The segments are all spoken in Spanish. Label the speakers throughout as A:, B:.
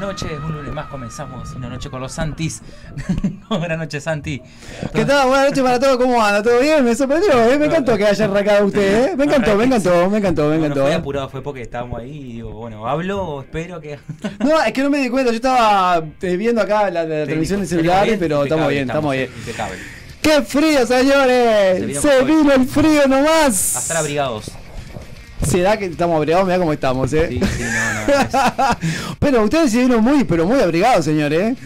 A: noches, un lunes más comenzamos una noche con los Santis. Buenas noches, Santi.
B: ¿Qué tal? Buenas noches para todos, ¿cómo anda? ¿Todo bien? Me sorprendió, ¿eh? me encantó que haya arrancado usted, ¿eh? me encantó, me encantó, me encantó, me
A: Bueno,
B: encantó.
A: fue
B: ¿eh?
A: apurado, fue porque estábamos ahí y digo, bueno, hablo o espero que.
B: No, es que no me di cuenta, yo estaba eh, viendo acá la, la televisión del celular, pero estamos bien, estamos bien.
A: Impecable.
B: ¡Qué frío,
A: Se vino
B: señores! Se
A: con COVID.
B: vino el frío nomás.
A: A estar abrigados.
B: ¿Será que estamos abrigados? Mirá cómo estamos, ¿eh?
A: Sí, sí, no, no. es-
B: pero ustedes se vieron muy, pero muy abrigados, señores, ¿eh?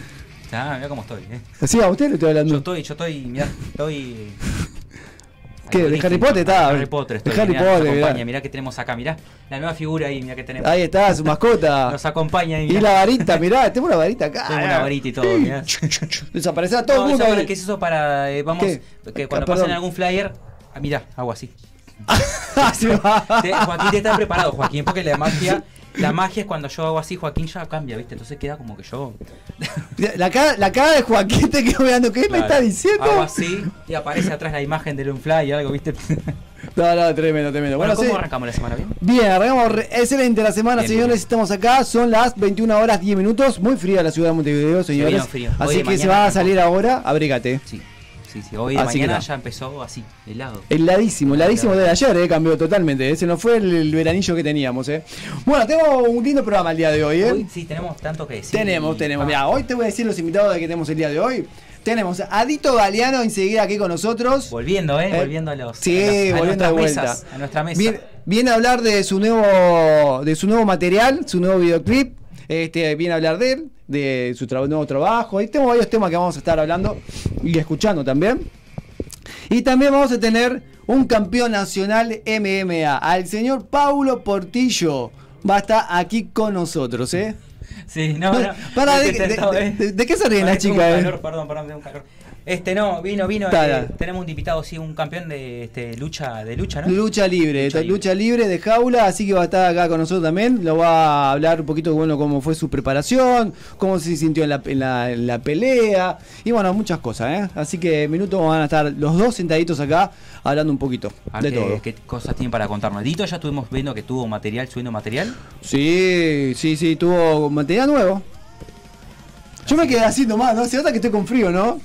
A: Ah, mira cómo estoy, eh.
B: Sí, a usted le estoy
A: Yo
B: hablando.
A: estoy, yo estoy, mirá, estoy.
B: ¿Qué? ¿De Harry Potter está?
A: De Harry Potter, estoy.
B: De Harry
A: mirá,
B: Potter,
A: nos acompaña,
B: mirá.
A: mirá que tenemos acá, mirá. La nueva figura ahí, mirá que tenemos.
B: Ahí está, su mascota.
A: Nos acompaña ahí,
B: Y la varita, mirá, tengo una varita acá.
A: Tengo una varita y todo, mirá.
B: Desaparecerá todo
A: No,
B: el mundo.
A: ¿sabes
B: ahí.
A: ¿Qué es eso para.? eh, vamos.
B: ¿Qué?
A: Que cuando
B: Ah, perdón.
A: pasen algún flyer. Ah, mirá, hago así.
B: Se Ah, va.
A: Te- Joaquín te está preparado, Joaquín, porque la magia. La magia es cuando yo hago así, Joaquín ya cambia, ¿viste? Entonces queda como que yo.
B: La cara, la cara de Joaquín te quedó mirando. ¿Qué me
A: Claro. Ah,
B: está diciendo?
A: Hago así y aparece atrás la imagen del un flyer, algo, ¿viste?
B: No, no, tremendo,
A: Bueno,
B: tremendo. Bueno,
A: ¿cómo
B: sí.
A: arrancamos la semana bien?
B: Bien, arrancamos re- excelente la semana,
A: Bien,
B: señores.
A: bien.
B: Estamos acá, son las 21 horas 10 minutos. Muy fría la ciudad de Montevideo, señores.
A: vino frío. Hoy
B: Así
A: de
B: que se
A: mañana
B: va a
A: tampoco.
B: salir ahora, abrígate.
A: Sí, sí, sí. Hoy de
B: Así que
A: mañana
B: no.
A: ya empezó así, helado.
B: Heladísimo, heladísimo
A: Claro.
B: de ayer, eh, cambió totalmente. eh. Se nos fue el, el veranillo que teníamos, eh. Bueno, tengo un lindo programa el día de hoy, eh.
A: Hoy sí tenemos tanto que decir.
B: Tenemos, tenemos.
A: Ah,
B: Mira, hoy te voy a decir los invitados que tenemos el día de hoy. Tenemos a Dito Galeano enseguida aquí con nosotros.
A: Volviendo, ¿eh?
B: Eh,
A: Volviendo a los.
B: Sí,
A: a las- a
B: volviendo
A: nuestras
B: de vuelta.
A: mesas, a nuestra mesa.
B: Viene, viene a hablar de su nuevo, de su nuevo material, su nuevo videoclip. Este, viene a hablar de él, de su tra- nuevo trabajo. Y tenemos varios temas que vamos a estar hablando y escuchando también. Y también vamos a tener un campeón nacional MMA, al señor Paulo Portillo. Va a estar aquí con nosotros, ¿eh?
A: Sí, no,
B: Para-
A: no.
B: para,
A: Estoy
B: de- de-
A: tentado,
B: de-
A: eh.
B: de- ¿de qué se ríen
A: Ay,
B: las
A: tengo
B: chicas,
A: un
B: eh?
A: calor, Perdón, perdón, tengo un calor. Este, no, vino, vino.
B: Ta,
A: eh,
B: ta.
A: tenemos un invitado, sí, un campeón de este, lucha, de lucha, ¿no?
B: Lucha libre,
A: Lucha
B: lucha,
A: libre.
B: libre de jaula, así que va a estar acá con nosotros también. Lo va a hablar un poquito, bueno, cómo fue su preparación, cómo se sintió en la, en la- en la pelea y bueno, muchas cosas, ¿eh? Así que minutos van a estar los dos sentaditos acá hablando un poquito
A: A
B: de
A: qué,
B: todo.
A: qué cosas tienen para contarnos? Dito ya estuvimos viendo que tuvo material, subiendo material.
B: Sí, sí, sí, tuvo material nuevo. Yo me quedé así nomás, ¿no? Se nota que estoy con frío, ¿no?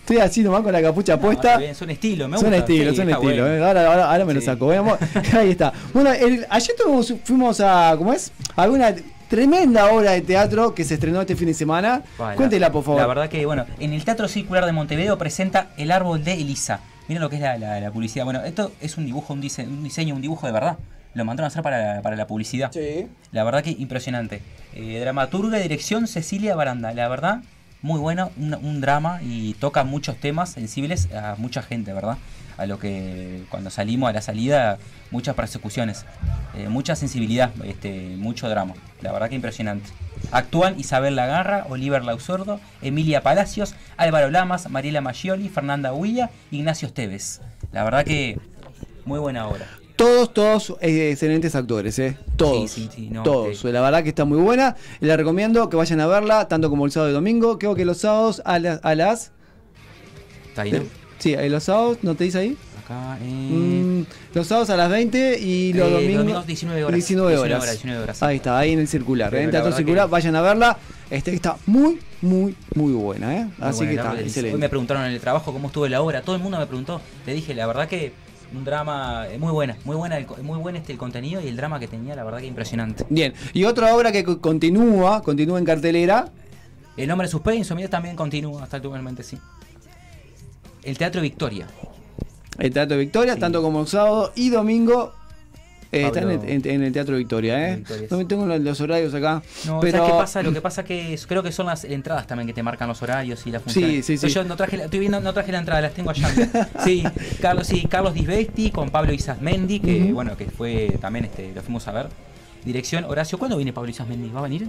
B: Estoy así nomás con la capucha puesta.
A: Ah, Bien, Son estilo, me gusta.
B: Son estilo,
A: sí,
B: son
A: está
B: estilo.
A: bueno.
B: eh. Ahora, ahora, ahora me lo
A: Sí.
B: saco. bueno, mo- ahí está. Bueno, el- ayer tuvimos- fuimos a, ¿cómo es? A ver una tremenda obra de teatro que se estrenó este fin de semana.
A: Vale,
B: Cuéntela, por favor.
A: La verdad que, bueno, en el Teatro Circular de Montevideo presenta El Árbol de Elisa. Miren lo que es la, la- la publicidad. Bueno, esto es un dibujo, un, dise- un diseño, un dibujo de verdad. Lo mandaron a hacer para, para la publicidad.
B: Sí.
A: La verdad que impresionante. Eh, dramaturga y dirección Cecilia Baranda. La verdad, muy bueno, un, un drama y toca muchos temas sensibles a mucha gente, ¿verdad? A lo que cuando salimos a la salida, muchas persecuciones, eh, mucha sensibilidad, este, mucho drama. La verdad que impresionante. Actúan Isabel Lagarra, Oliver Lausordo, Emilia Palacios, Álvaro Lamas, Mariela Maggioli, Fernanda Huilla, Ignacio Esteves. La verdad que muy buena obra.
B: Todos, todos eh, excelentes actores, ¿eh? Todos.
A: Sí, sí, sí, no,
B: todos.
A: sí.
B: La verdad que está muy buena. Les recomiendo que vayan a verla, tanto como el sábado y domingo. Creo que los sábados a las. A las
A: Está ahí, ¿no?
B: sí, eh, los sábados, ¿no te dice ahí?
A: Acá. eh,
B: Mm, los sábados a las 20 y los
A: Eh,
B: domingos,
A: domingos 19 horas.
B: 19 horas.
A: 19 horas, 19 horas.
B: Ahí está, ahí en el circular.
A: Sí,
B: ¿eh? En
A: la
B: Teatro
A: verdad
B: Circular,
A: que-
B: vayan a verla. Este, está muy, muy, muy buena. ¿eh?
A: Muy
B: Así
A: buena,
B: que
A: la
B: está,
A: verdad.
B: excelente.
A: Hoy me preguntaron en el trabajo cómo estuvo la obra. Todo el mundo me preguntó. Le dije, la verdad que un drama eh, muy buena, muy buena, el co- muy buen este el contenido y el drama que tenía, la verdad que impresionante.
B: Bien, y otra obra que co- continúa, continúa en cartelera.
A: El nombre de suspenso, mira, también continúa hasta actualmente, sí. El Teatro Victoria.
B: El Teatro Victoria,
A: Sí.
B: tanto como sábado y domingo. eh, está en
A: Pablo-
B: el, en- en el Teatro Victoria, ¿eh?
A: Victoria,
B: No me tengo los, los horarios acá.
A: No,
B: pero mm.
A: ¿sabes qué pasa? Lo que pasa que es- creo que son las entradas también que te marcan los horarios y la función.
B: Sí, sí, sí.
A: Yo no traje la, estoy viendo, no traje la entrada, las tengo allá. sí, Carlos, sí, Carlos Disbesti con Pablo Isasmendi, que
B: Ujú.
A: bueno, que fue también este, lo fuimos a ver. Dirección Horacio, ¿cuándo viene Pablo Isasmendi? ¿Va a venir?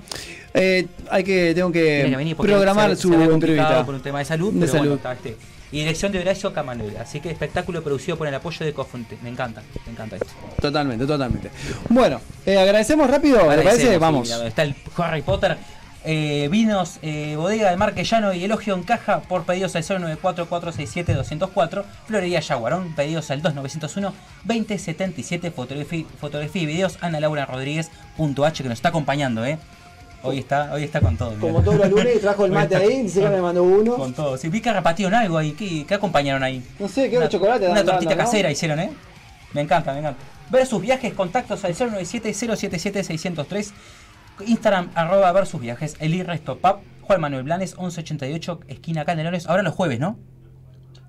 B: eh, hay que, tengo
A: Tiene
B: que,
A: que venir porque
B: Eh, programar
A: se- se
B: su
A: había complicado
B: entrevista.
A: por un tema de salud,
B: De
A: pero bueno,
B: salud.
A: está este. Y dirección de Horacio Camanel, así que espectáculo producido por el apoyo de Cofonte. Me encanta, me encanta esto.
B: Totalmente, totalmente. Bueno, eh, agradecemos rápido, ¿le
A: Agradecemos,
B: parece?
A: sí,
B: Vamos.
A: mira, está el Harry Potter. eh, vinos, eh, bodega del Marquellano y elogio en caja por pedidos al 094-467-204. Florería Yaguarón, pedidos al 2901-2077. Fotografía, fotografía y videos Ana Laura Rodríguez.h que nos está acompañando, ¿eh? Hoy está, hoy está con todo. mirá.
C: Como todos los lunes, trajo el
A: Hoy
C: mate
A: está
C: ahí, dice que me mandó uno.
A: Con todo. Sí, vi que repartieron algo ahí. ¿Qué, qué acompañaron ahí?
C: No sé, ¿qué Este era
A: una,
C: chocolate?
A: Una
C: Dan-
A: tortita
C: dando, ¿no?
A: casera hicieron, ¿eh? Me encanta, me encanta. Versus viajes, contactos al 097-077-603. Instagram arroba versus viajes. El Resto Pub. Juan Manuel Blanes, 1188, esquina Canelones. Ahora los jueves, ¿no?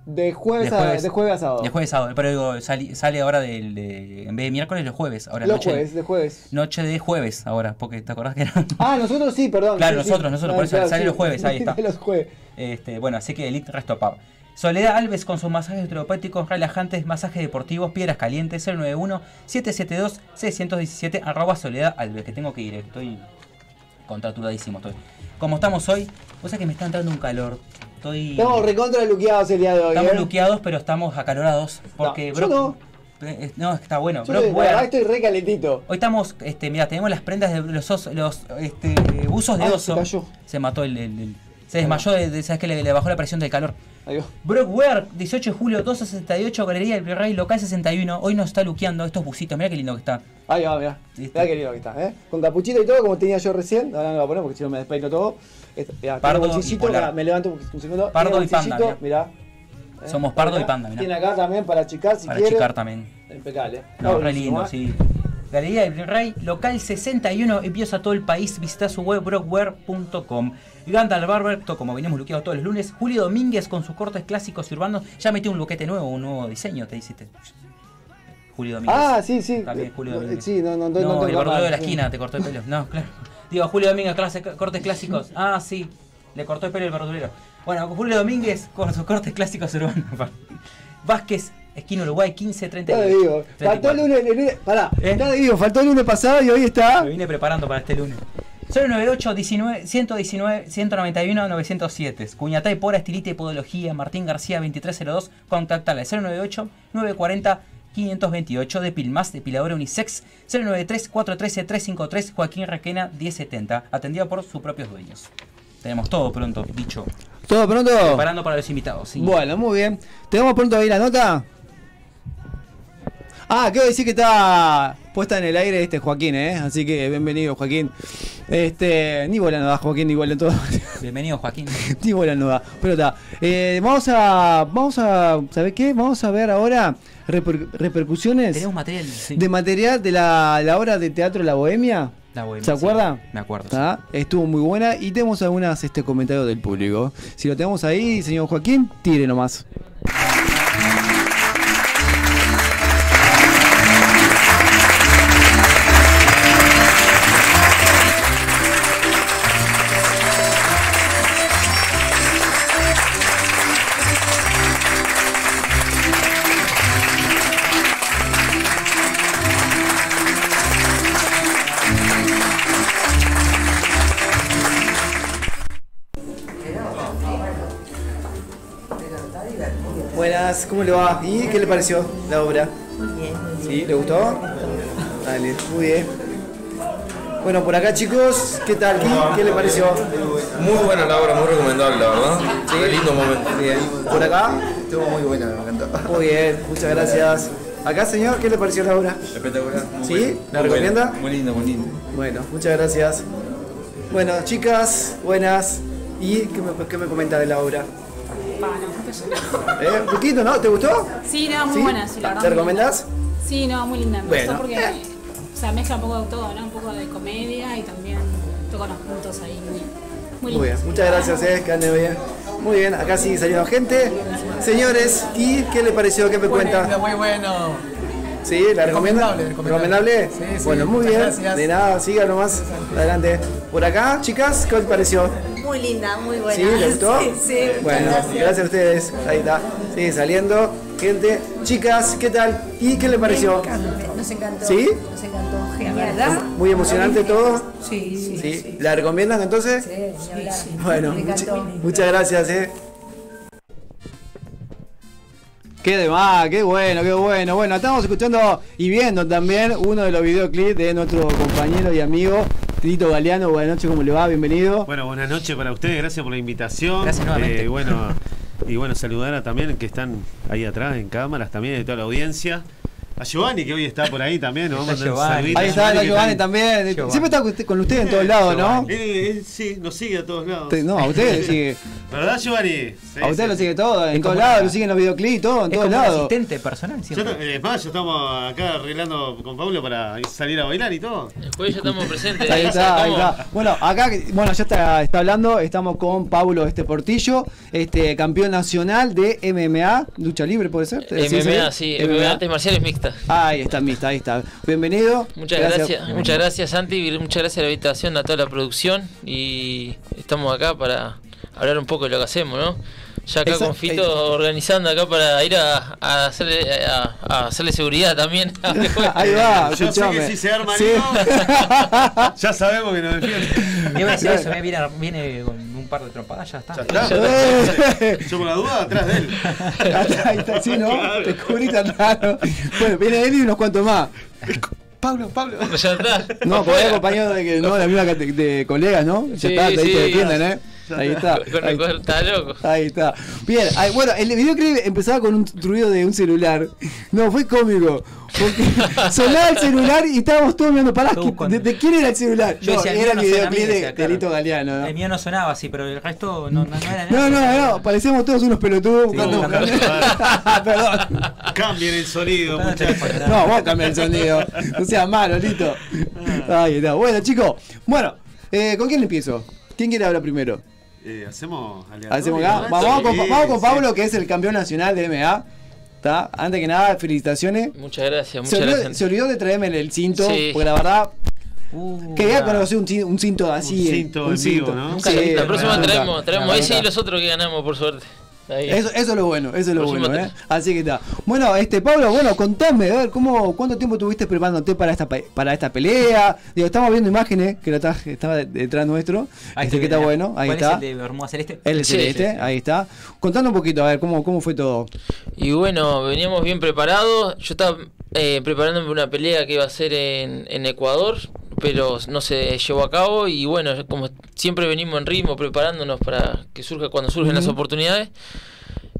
C: De jueves,
A: De
C: a,
A: jueves.
C: de jueves a sábado.
A: De jueves a sábado. Pero digo, sali- sale ahora del, de- en vez de miércoles, los jueves. Ahora
C: Los
A: noche,
C: jueves, de jueves.
A: Noche de jueves ahora, porque te acordás que era...
C: Ah, nosotros sí, perdón.
A: Claro,
C: sí, sí.
A: nosotros, nosotros, por eso sale los jueves, ahí está.
C: los jueves.
A: Este, bueno, así que Elite Resto Pub. Soledad Alves con sus masajes terapéuticos relajantes, masajes deportivos, piedras calientes, 091-772-617, arroba Soledad Alves, que tengo que ir, estoy contraturadísimo. Estoy. Como estamos hoy, vos sabés que me está entrando un calor, estoy...
C: Estamos recontra luqueados el día de hoy.
A: Estamos
C: ¿eh?
A: luqueados, pero estamos acalorados, porque
C: No, yo
A: Brock- eh, no, está bueno,
C: Yo
A: Brock
C: de la
A: Weir-
C: verdad estoy re calentito.
A: Hoy estamos, este, mira, tenemos las prendas de los, os- los este, usos de
C: Ah, se
A: oso.
C: cayó.
A: Se mató el, el- el- se desmayó, de, de- sabes que le, le bajó la presión del calor.
C: Ahí va.
A: Brock Ware, 18 de julio, 268, Galería del Virrey, local 61. Hoy nos está luqueando estos busitos, mira qué lindo que está.
C: Ahí va, mirá.
A: Listo.
C: Mirá qué lindo que está, ¿eh? Con capuchito y todo, como tenía yo recién. Ahora no lo voy a poner porque si no me despeino todo. Esto, mirá,
A: Pardo
C: tiene
A: y
C: bolsillito,
A: polar.
C: mirá, me levanto un un segundo.
A: Pardo
C: Tiene
A: y panda,
C: bolsillito, Mirá. ¿eh?
A: Somos pardo
C: Acá.
A: y panda, mirá.
C: Tiene acá también para achicar si
A: Para
C: quiere.
A: achicar también.
C: Impecable. ¿eh?
A: No,
C: Ah,
A: re
C: buenísimo,
A: lindo,
C: ¿eh?
A: sí. Galería del Virrey, local 61, envíos a todo el país. Visita su web brockware.com. Gandalf Barber, to- como venimos luqueados todos los lunes. Julio Domínguez con sus cortes clásicos y urbanos. Ya metió un luquete nuevo, un nuevo diseño, te hiciste. Julio Domínguez.
C: Ah, sí, sí.
A: También Julio
C: Eh,
A: Domínguez.
C: Sí, no, no, no.
A: No,
C: tengo
A: el barbero
C: cámara,
A: de la
C: sí.
A: esquina te cortó el pelo. No, claro. Digo, Julio Domínguez, clase- cortes clásicos. Ah, sí. Le cortó el pelo el verdulero. Bueno, Julio Domínguez con sus cortes clásicos urbanos. Vázquez, esquina Uruguay, 15, 30.
C: Ya te digo. Faltó el lunes, el lunes. Pará.
A: ¿Eh?
C: Ya te digo, faltó el lunes pasado y hoy está.
A: Me vine preparando para este lunes. 098 19 119 191 907. Cuñatay Pora, Estilita y Podología. Martín García 2302. Contactala 098 940 528 de Pilmas, depiladora unisex 093 413 353 Joaquín Requena 1070. Atendida por sus propios dueños. Tenemos todo pronto, dicho.
B: ¿Todo pronto?
A: Preparando para los invitados. sí.
B: Oh. Bueno, muy bien. ¿Tenemos pronto ahí la nota? Ah, quiero decir que está puesta en el aire este Joaquín, ¿eh? Así que bienvenido, Joaquín. Este, ni bola no da, Joaquín, ni bola en todo.
A: Bienvenido, Joaquín.
B: ni bola no da. Pero está. Eh, vamos a. Vamos a. ¿Sabes qué? Vamos a ver ahora reper- repercusiones
A: Tenemos material. sí.
B: de material de la, la obra de teatro La Bohemia.
A: La bohemia,
B: ¿Se
A: sí.
B: acuerda?
A: Me acuerdo. sí.
B: Ah, Estuvo muy buena y tenemos algunas este, comentarios del público. Si lo tenemos ahí, señor Joaquín, tire nomás. Buenas, ¿cómo le va? ¿Y qué le pareció la obra? ¿Sí? ¿Le gustó? Dale, muy bien. Bueno, por acá chicos, ¿qué tal? ¿Qué, qué le pareció?
D: Muy buena la obra, muy recomendable, la verdad. Qué lindo momento.
B: Bien. ¿Por acá?
D: Estuvo muy buena, me encantó.
B: Muy bien, muchas gracias. Acá señor, ¿qué le pareció la obra?
D: Espectacular. muy
B: ¿Sí?
D: buena,
B: ¿La
D: muy buena,
B: recomienda?
D: Muy lindo, muy lindo.
B: Bueno, muchas gracias. Bueno, chicas, buenas. ¿Y qué me, qué me comenta de la obra? Eh, un poquito, ¿no? ¿Te gustó?
E: Sí, no, muy
B: ¿Sí?
E: buena, sí, la verdad.
B: ¿Te
E: muy linda.
B: recomendás?
E: Sí, no, muy linda. Me gustó
B: Bueno.
E: porque o sea, mezcla un poco de todo, ¿no? Un poco de comedia y también toca los puntos ahí. Muy,
B: Muy
E: muy
B: bien,
E: lindos.
B: muchas gracias, eh, que ande bien. Muy bien, acá sigue saliendo gente. Señores, ¿y qué le pareció? ¿Qué me cuenta?
F: Muy bueno.
B: ¿Sí? ¿La recomienda?
F: Recomendable, recomendable.
B: ¿Recomendable?
F: Sí, sí,
B: Bueno, muy
F: muchas
B: bien.
F: gracias.
B: De nada, siga nomás. Adelante. Por acá, chicas, ¿qué os pareció?
G: Muy linda, muy buena.
B: ¿Sí? ¿Le gustó?
G: Sí, sí, muchas
B: bueno, gracias.
G: gracias.
B: a ustedes. Ahí está. Sigue saliendo. Gente, chicas, ¿qué tal? ¿Y qué le
G: Me
B: pareció?
G: encanta, Nos encantó.
B: ¿Sí?
G: Nos encantó. Genial.
B: Muy emocionante todo.
G: Sí, sí.
B: ¿Sí? ¿La recomiendan entonces?
G: Sí, ni hablar.
B: Bueno,
G: Me
B: mucha-
G: encantó.
B: muchas gracias, eh. Qué demás, qué bueno, qué bueno. Bueno, estamos escuchando y viendo también uno de los videoclips de nuestro compañero y amigo Tito Galeano. Buenas noches, ¿cómo le va? Bienvenido.
H: Bueno, buenas noches para ustedes, gracias por la invitación.
A: Gracias nuevamente.
H: Eh, bueno, y bueno, saludar a también que están ahí atrás en cámaras, también de toda la audiencia. A Giovanni, que hoy está por ahí también. nos vamos a mandar un
A: Giovanni.
H: saludito a
B: Ahí está, está
H: que
B: Giovanni también.
A: Giovanni.
B: Siempre está con usted- con usted en todos lados, ¿no?
H: Él, él eh, sí, nos sigue a todos lados.
B: Te- No, a usted sigue.
H: ¿Verdad, Giovanni? Sí,
B: A usted
H: sí.
B: lo sigue todo, en
A: Es
B: todos
A: como
B: lados,
A: una-
B: lo siguen los videoclips, todo, en
A: Es
B: todos
A: como un
B: lados.
A: asistente personal
H: Ya
A: siempre.
H: está- es más, ya estamos acá arreglando con Pablo para salir a bailar y todo.
F: El jueves ya estamos presentes.
B: Ahí
F: ¿eh?
B: está, ahí
F: Estamos-
B: está. Bueno, acá, bueno, ya está, está hablando, estamos con Pablo este Portillo, este campeón nacional de MMA, lucha libre puede ser.
F: MMA, sí, MMA, artes marciales mixtas.
B: Ahí está, mista, ahí está. Bienvenido.
F: Muchas gracias, muchas gracias Santi, y muchas gracias a la invitación, a toda la producción y estamos acá para hablar un poco de lo que hacemos, ¿no? Ya acá
B: Exacto.
F: con Fito organizando acá para ir a, a hacerle, a, a hacerle seguridad también.
B: Ahí va,
H: Yo sé que
B: escuchame.
H: si se arma
B: Sí. Ah.
H: algo, ya sabemos que nos defiende.
A: Iba a decir eso, eh, viene, viene con un par de trompadas, ya está.
H: Ya está.
B: Eh,
H: Yo por la duda, atrás de él.
B: ahí está, sí, ¿no?
H: Claro.
B: Te cubrí tan raro. Bueno, viene él y unos cuantos más.
H: Pablo, Pablo.
F: ya está.
B: No, porque hay compañeros de, que- no, de la misma cate- de colegas, ¿no? Ya
F: Sí,
B: está, ahí
F: sí,
B: te defienden,
F: ya.
B: ¿eh? Ahí está.
F: Con
B: ahí
F: el cuerpo está loco.
B: Ahí está. Bien, ahí- bueno, el videoclip empezaba con un ruido de un celular. No, fue cómico. Porque sonaba el celular y estábamos todos mirando, pará,
A: Todos
B: ¿qué-
A: con-
B: ¿de, de quién era el celular?
A: Yo
B: no,
A: decía,
B: era
A: mío
B: el
A: no suena a mí,
B: videoclip de,
A: decía,
B: de
A: claro.
B: Lito Galeano. ¿no?
A: El mío no sonaba así, pero el resto no, no, no era
B: No,
A: nada.
B: no, no, parecíamos todos unos pelotudos buscando.
A: buscando-
B: Perdón.
H: Cambien el sonido,
A: Buscando
H: muchachos.
A: teléfono,
B: No, vos cambiás el sonido. No seas malo, Lito.
H: Ah.
B: Ahí está. Bueno, chicos, bueno, eh, ¿con quién empiezo? ¿Quién quiere hablar primero?
H: Eh, hacemos aleatorio,
B: Hacemos acá.
H: ¿no?
B: Vamos con,
H: Sí,
B: vamos con
H: sí.
B: Pablo, que es el campeón nacional de MA. ¿Está? Antes que nada, felicitaciones.
F: Muchas gracias,
B: Se
F: muchas
B: olvidó,
F: gracias.
B: se olvidó de traerme el cinto,
F: Sí.
B: porque la verdad,
A: Uh,
B: quería
A: ah.
B: conocer un, cin- un cinto así.
H: Un
B: eh,
H: cinto en vivo, ¿no?
F: Nunca
B: Sí,
F: la- la próxima
B: nunca,
F: traemos, traemos
B: la
F: ese y
B: verdad.
F: los otros que ganamos, por suerte. Ahí.
B: Eso, eso es lo bueno, eso es lo
F: Próximo
B: bueno, ¿eh?
F: tres.
B: Así que está. Bueno, este Pablo, bueno, contame, a ver, ¿cómo, ¿cuánto tiempo tuviste preparándote para esta, pe- para esta pelea? Digo, estamos viendo imágenes que lo está, está detrás nuestro.
A: Ahí
B: este
A: estoy
B: que está
A: viendo.
B: bueno, ahí
A: ¿Cuál
B: está.
A: Es el de Bermuda Celeste.
B: El
F: Sí,
B: celeste,
F: sí, sí.
B: ahí está. Contando un poquito, a ver, ¿cómo, cómo fue todo?
F: Y bueno, veníamos bien preparados. Yo estaba eh, preparándome una pelea que iba a ser en, en Ecuador, pero no se llevó a cabo. Y bueno, como siempre venimos en ritmo, preparándonos para que surja cuando surgen las oportunidades.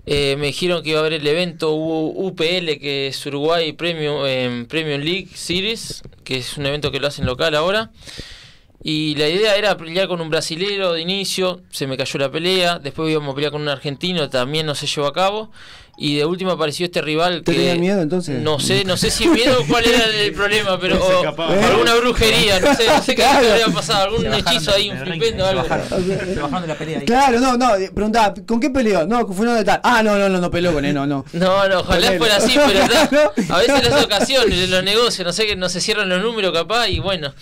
F: Eh, me dijeron que iba a haber el evento U- UPL, que es Uruguay Premium, em, Premium League Series, que es un evento que lo hacen local ahora. Y la idea era pelear con un brasilero de inicio, se me cayó la pelea, después íbamos a pelear con un argentino, también no se llevó a cabo. Y de última apareció este rival
B: ¿Te
F: que...
B: tenía miedo, entonces?
F: No sé, no sé si miedo o cuál era el problema, pero...
H: Se
F: o
H: escapaba.
F: alguna brujería, no sé, no sé qué
B: Claro.
F: le había pasado, algún
A: Se bajaron
F: hechizo ahí,
A: de-
F: un
A: de ring,
F: flipendo o
A: se
F: algo.
A: bajaron, se bajaron de la pelea ahí.
B: Claro, no, no, eh, preguntaba, ¿con qué peleó? No, con fulano de tal. Ah, no, no, no, no peleó con él, no, no.
F: No, no, ojalá
B: Ponele.
F: fuera así, pero está-
B: Claro.
F: a veces las ocasiones, de los negocios, no sé que no se cierran los números capaz y bueno.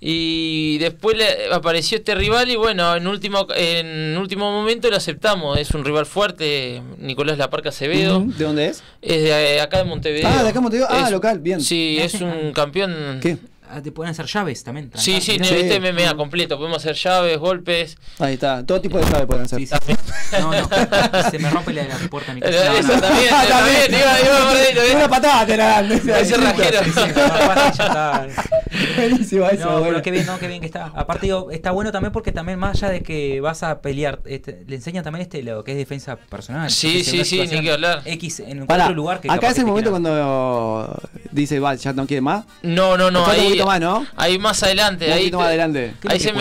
F: Y después le- apareció este rival y bueno, en último en último momento lo aceptamos, es un rival fuerte, Nicolás Laparca Acevedo,
B: Ujú, ¿De dónde es?
F: es de eh, acá de Montevideo.
B: Ah, de acá de Montevideo. Ah,
F: Es-
B: local, bien.
F: Sí, es un campeón.
B: ¿Qué?
A: Ah, te pueden hacer llaves también.
F: Sí, este sí,
B: Sí.
F: viste MMA completo, podemos hacer llaves, golpes.
B: Ahí está, todo tipo de llave pueden hacer.
A: Sí, sí, sí. No, no. Se me rompe la, la puerta de mi casa.
F: Eh, Eso
A: No, no.
F: también,
B: Ah,
F: también, iba, iba por ahí, lo vi.
B: Una patada te la dan.
F: Ese rajero.
A: Sí, sí, no, aparte ya está.
B: Buenísimo eso,
A: No,
B: bueno.
A: pero qué bien, no, qué bien que está. Aparte, digo, está bueno también porque también más allá de que vas a pelear, este, le enseñan también este lo que es defensa personal.
F: Sí,
A: Que si una
F: sí, sí, ni
A: situación
F: que hablar.
A: X en
B: Pará,
A: otro lugar que
B: acá
A: capaz
B: es el
A: que
B: momento
A: te
B: cuando dice, va, ya no quiere más.
F: No, no, no.
B: Falta un
F: Ahí,
B: poquito más, ¿no?
F: ahí más adelante.
B: Un
F: ahí
B: poquito más adelante.
A: ¿Qué es lo
F: Ahí
A: que
F: se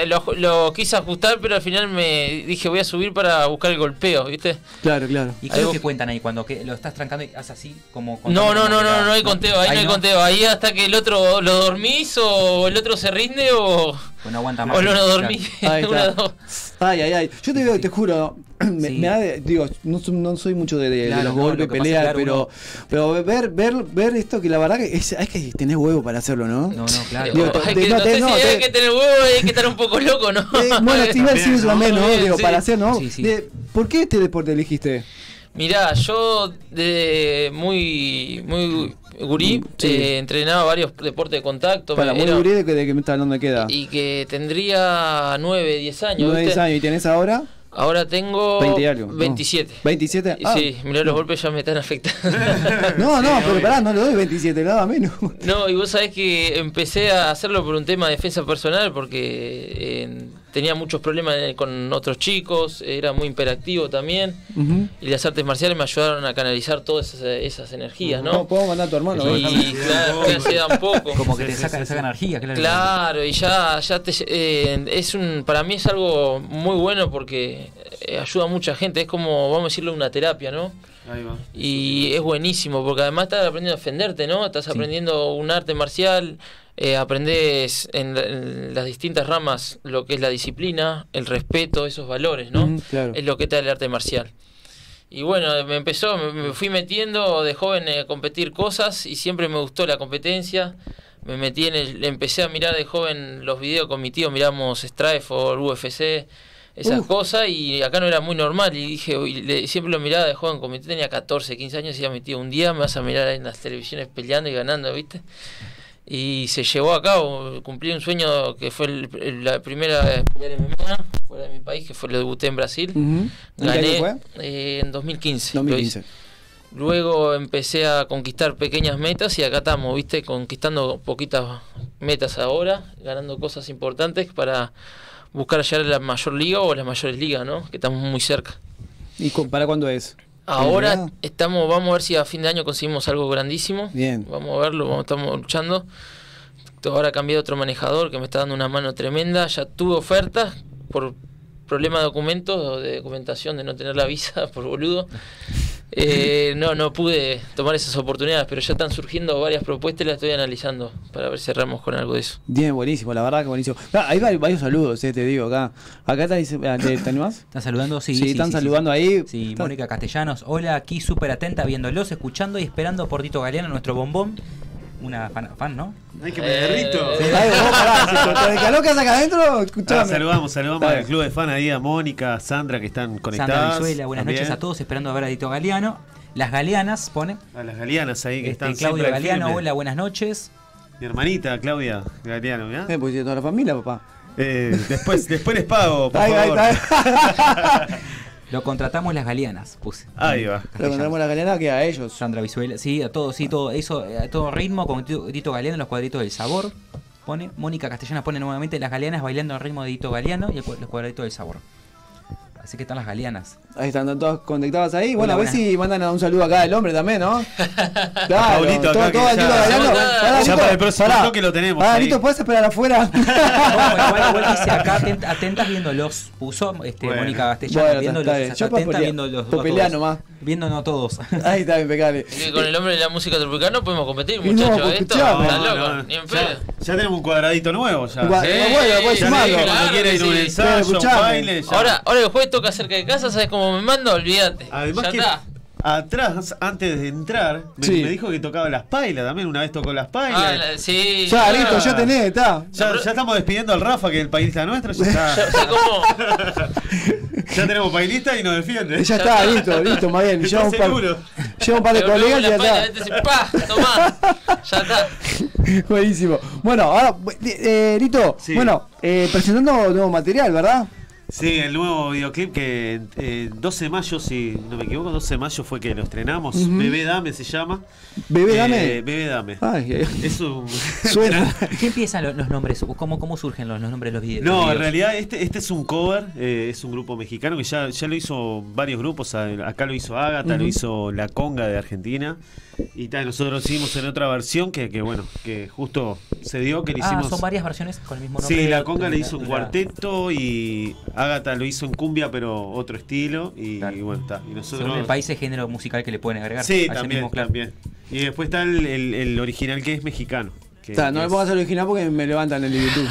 F: me lo, lo quise ajustar, pero al final me dije voy a subir para buscar el golpeo, ¿viste?
B: Claro, claro.
A: ¿Y
F: Ahí
A: qué es lo
F: vos-
A: que cuentan ahí cuando que lo estás trancando y haces así como
F: No, no, no, no, no hay
A: No,
F: conteo, ahí no hay
A: no.
F: conteo. Ahí hasta que el otro lo dormís o el otro se rinde o,
A: Pues no aguanta más.
F: o no lo dormís.
B: Ahí
F: Una,
B: está.
F: dos.
B: Ay, ay, ay. Yo te veo, te juro, me,
A: Sí.
B: me da de- digo, no, so- no soy mucho de, de- de
A: Claro,
B: los
A: no,
B: golpes,
A: lo que pasa,
B: peleas,
A: claro,
B: pero,
A: uno-
B: pero ver, ver, ver esto que la verdad que es, es que tenés huevo para hacerlo, ¿no?
A: No, no, claro.
B: Digo,
F: hay
B: de-
F: que,
B: no
F: no
B: te-
F: sé
B: no,
F: si
B: te-
F: hay que tener huevo, hay que estar un poco loco, ¿no?
B: Eh, bueno, te iba a decir eso también, ¿no?
F: También,
B: Digo,
F: sí.
B: para hacer, ¿no?
A: Sí, sí.
B: De- ¿Por qué este deporte elegiste?
F: Mirá, yo de muy muy gurí
B: Mm, Sí.
F: eh, entrenaba varios deportes de contacto.
B: Para
F: me-
B: muy
F: era-
B: gurí de que, de que me está hablando de qué edad.
F: Y que tendría 9, 10 años.
B: 9
F: ¿viste?
B: años. ¿Y tenés ahora?
F: Ahora tengo
B: 20 y algo, ¿no?
F: 27.
B: 27, ah.
F: Sí, mirá, los golpes ya me están afectando.
B: No, no,
H: Sí,
B: pero
H: obvio.
B: pará, no le doy 27, nada menos.
F: no, y vos sabés que empecé a hacerlo por un tema de defensa personal porque eh, tenía muchos problemas eh, con otros chicos, era muy imperactivo también.
B: Ujú.
F: Y las artes marciales me ayudaron a canalizar todas esas, eh, esas energías, ¿no?
B: No, podemos mandar a tu hermano.
F: Y
B: ¿eh?
F: claro, que se dan poco.
A: Como que te saca, te saca energía, claro.
F: Claro, y ya, ya te, eh, es un, para mí es algo muy bueno porque eh, ayuda a mucha gente, es como, vamos a decirlo, una terapia, ¿no?
H: Ahí va.
F: Y es buenísimo, porque además estás aprendiendo a defenderte, ¿no? Estás aprendiendo un arte marcial, eh, aprendes en, la- en las distintas ramas lo que es la disciplina, el respeto, esos valores, ¿no?
B: Mm, claro.
F: Es lo que te da el arte marcial. Y bueno, me empezó, me, me fui metiendo de joven eh, a competir cosas y siempre me gustó la competencia. Me metí en el, empecé a mirar de joven los videos con mi tío, miramos Strikeforce, UFC, esas cosas, y acá no era muy normal. Y dije, uy, le- siempre lo miraba de joven, como tenía 14, 15 años, y decía mi tío, un día me vas a mirar en las televisiones peleando y ganando, ¿viste? Y se llevó a cabo, cumplí un sueño que fue el- el- la primera vez pelear MMA fuera de mi país, que fue lo debuté en Brasil.
B: Ujú. ¿En qué año
F: Gané
B: fue?
F: eh, en 2015. lo hice.
B: 2015.
F: Luego empecé a conquistar pequeñas metas y acá estamos, viste, conquistando poquitas metas ahora, ganando cosas importantes para buscar llegar a la mayor liga o a las mayores ligas, ¿no? Que estamos muy cerca.
B: ¿Y cu- para cuándo es?
F: Ahora
B: ¿Terminado?
F: estamos, vamos a ver si a fin de año conseguimos algo grandísimo.
B: Bien.
F: Vamos a verlo, vamos- estamos luchando. Ahora cambié a otro manejador que me está dando una mano tremenda. Ya tuve ofertas por problema de documentos, de documentación, de no tener la visa, por boludo. Eh, no, no pude tomar esas oportunidades, pero ya están surgiendo varias propuestas y las estoy analizando para ver si cerramos con algo de eso.
B: Bien, buenísimo, la verdad que buenísimo. Ah, hay varios, varios saludos, eh, te digo acá. Acá te dice, ah, ¿te, te animás?
A: ¿Están saludando? Sí,
B: Sí, están saludando ahí.
A: Sí,
B: Están-
A: Mónica Castellanos. Hola, aquí súper atenta, viéndolos, escuchando y esperando por Tito Galeano, nuestro bombón. Una fan, fan, ¿no?
H: Ay, que me derrito.
F: Eh,
B: Ay, vos, pará, si te- te descalocas acá adentro, escuchame.
H: Ah, saludamos, saludamos
B: Está
H: al
B: bien.
H: club de fan ahí, a Mónica, a Sandra que están conectadas.
A: Sandra Brizuela, buenas
H: también.
A: noches a todos, esperando a ver a Tito Galeano. Las Galeanas, pone.
H: A las galeanas ahí que
A: Este,
H: están
A: Claudio
H: siempre al
A: Galeano,
H: firme.
A: hola, buenas noches.
H: Mi hermanita Claudia Galeano, ¿ya?
B: Eh, pues tiene toda la familia, papá.
H: Eh, después, después les pago, por
B: Ahí, ahí,
H: favor.
B: ahí.
A: Lo contratamos las Galeanas, puse.
H: Ahí va.
B: Pero cuando tenemos la galera que a ellos.
A: Sandra Visuela, sí, a todo, sí, todo, eso, eh, a todo ritmo, con Tito Tito Galeano, los cuadritos del sabor. Pone, Mónica Castellana pone nuevamente las galeanas bailando al ritmo de Tito Galeano y el cua- los cuadritos del sabor. Así que están las galeanas.
B: Ahí están, están todas conectadas ahí.
A: Hola,
B: Bueno, a ver
A: buenas.
B: si mandan un saludo acá al hombre también, ¿no? Claro,
H: Paulito
B: todo,
H: acá, que
B: todo
H: ya-
B: aquí lo bailando.
F: Ya
B: Pará, Lito,
H: para el próximo
B: pará.
H: toque lo tenemos
B: Pará,
H: ahí.
B: Lito, ¿puedes esperar afuera?
A: Bueno, igual, igual dice acá, atent- atentas viéndolos, puso este,
H: Bueno.
A: Mónica Castellana,
B: Bueno,
A: viéndolos,
B: está bien.
A: o sea,
B: Yo por
A: atenta
B: pelea-
A: viéndolos.
B: por
A: a
B: pelear
A: todos.
B: nomás.
A: Viéndonos a todos.
B: ahí está, impecable.
F: Así que con el hombre de la música tropical no podemos competir,
B: Y no,
F: muchachos. Esto
B: escuchame.
F: está
B: No,
F: loco,
H: no,
F: ni
H: ya,
F: en pedo.
H: ya tenemos un cuadradito nuevo ya.
B: Gua- Bueno,
H: Sí,
B: Ah, bueno, puedes
H: ya
B: sumarlo.
H: tenemos
F: claro
H: cuando quiera ir a
F: que
H: un
F: sí.
H: ensayo, un
B: Escuchame.
H: baile. ya.
F: Ahora, ahora el juez toca cerca de casa, ¿sabes cómo me manda? Olvídate.
H: Además
F: ya
H: que
F: está.
H: atrás, antes de entrar, me,
B: Sí.
H: me dijo que tocaba las pailas también. Una vez tocó las pailas.
F: Ah, la- sí.
B: Ya,
F: Ah,
B: listo, ya tenés, está.
H: Ya, ya estamos despidiendo al Rafa, que es el pailista nuestro. Ya,
F: ya-
H: está-
F: ya como-
H: ya tenemos pailista y nos defiende.
B: Ya está, listo, listo, más bien. Lleva
H: Estás
B: un par,
H: seguro.
B: lleva un par de
F: Pero luego
B: colegas y
F: la
B: ya
F: espalda,
B: está.
F: este se- pa, tomá. Ya está.
B: Buenísimo. Bueno, ahora, eh, eh, Lito,
H: Sí.
B: bueno, eh, presentando nuevo material, ¿verdad?
H: Sí, el nuevo videoclip que eh, 12 de mayo, si no me equivoco, 12 de mayo fue que lo estrenamos. Bebé Dame se llama.
B: Bebé
H: Eh,
B: Dame.
H: Bebé Dame.
B: Ay, ay,
H: Es un.
B: suena.
A: ¿Qué empiezan lo- los, nombres? ¿Cómo, cómo surgen los, los nombres de los videos?
H: No,
A: videos?
H: en realidad este, este es un cover, eh, es un grupo mexicano que ya, ya lo hizo varios grupos, a- acá lo hizo Ágata, lo hizo La Conga de Argentina, y tal, nosotros hicimos en otra versión que, que, bueno, que justo se dio, que le
A: Ah,
H: hicimos...
A: son varias versiones con el mismo nombre.
H: Sí, La Conga le hizo un
A: La-
H: cuarteto y Ágata lo hizo en cumbia, pero otro estilo, y,
A: Claro.
H: y bueno, está. Y nosotros...
A: Según el país, el género musical que le pueden agregar. a
H: Sí,
A: ese
H: también,
A: mismo, claro.
H: también. Y después está el, el- el original que es mexicano. que
B: Está, no me
H: es-
B: pongas el original porque me levantan el YouTube.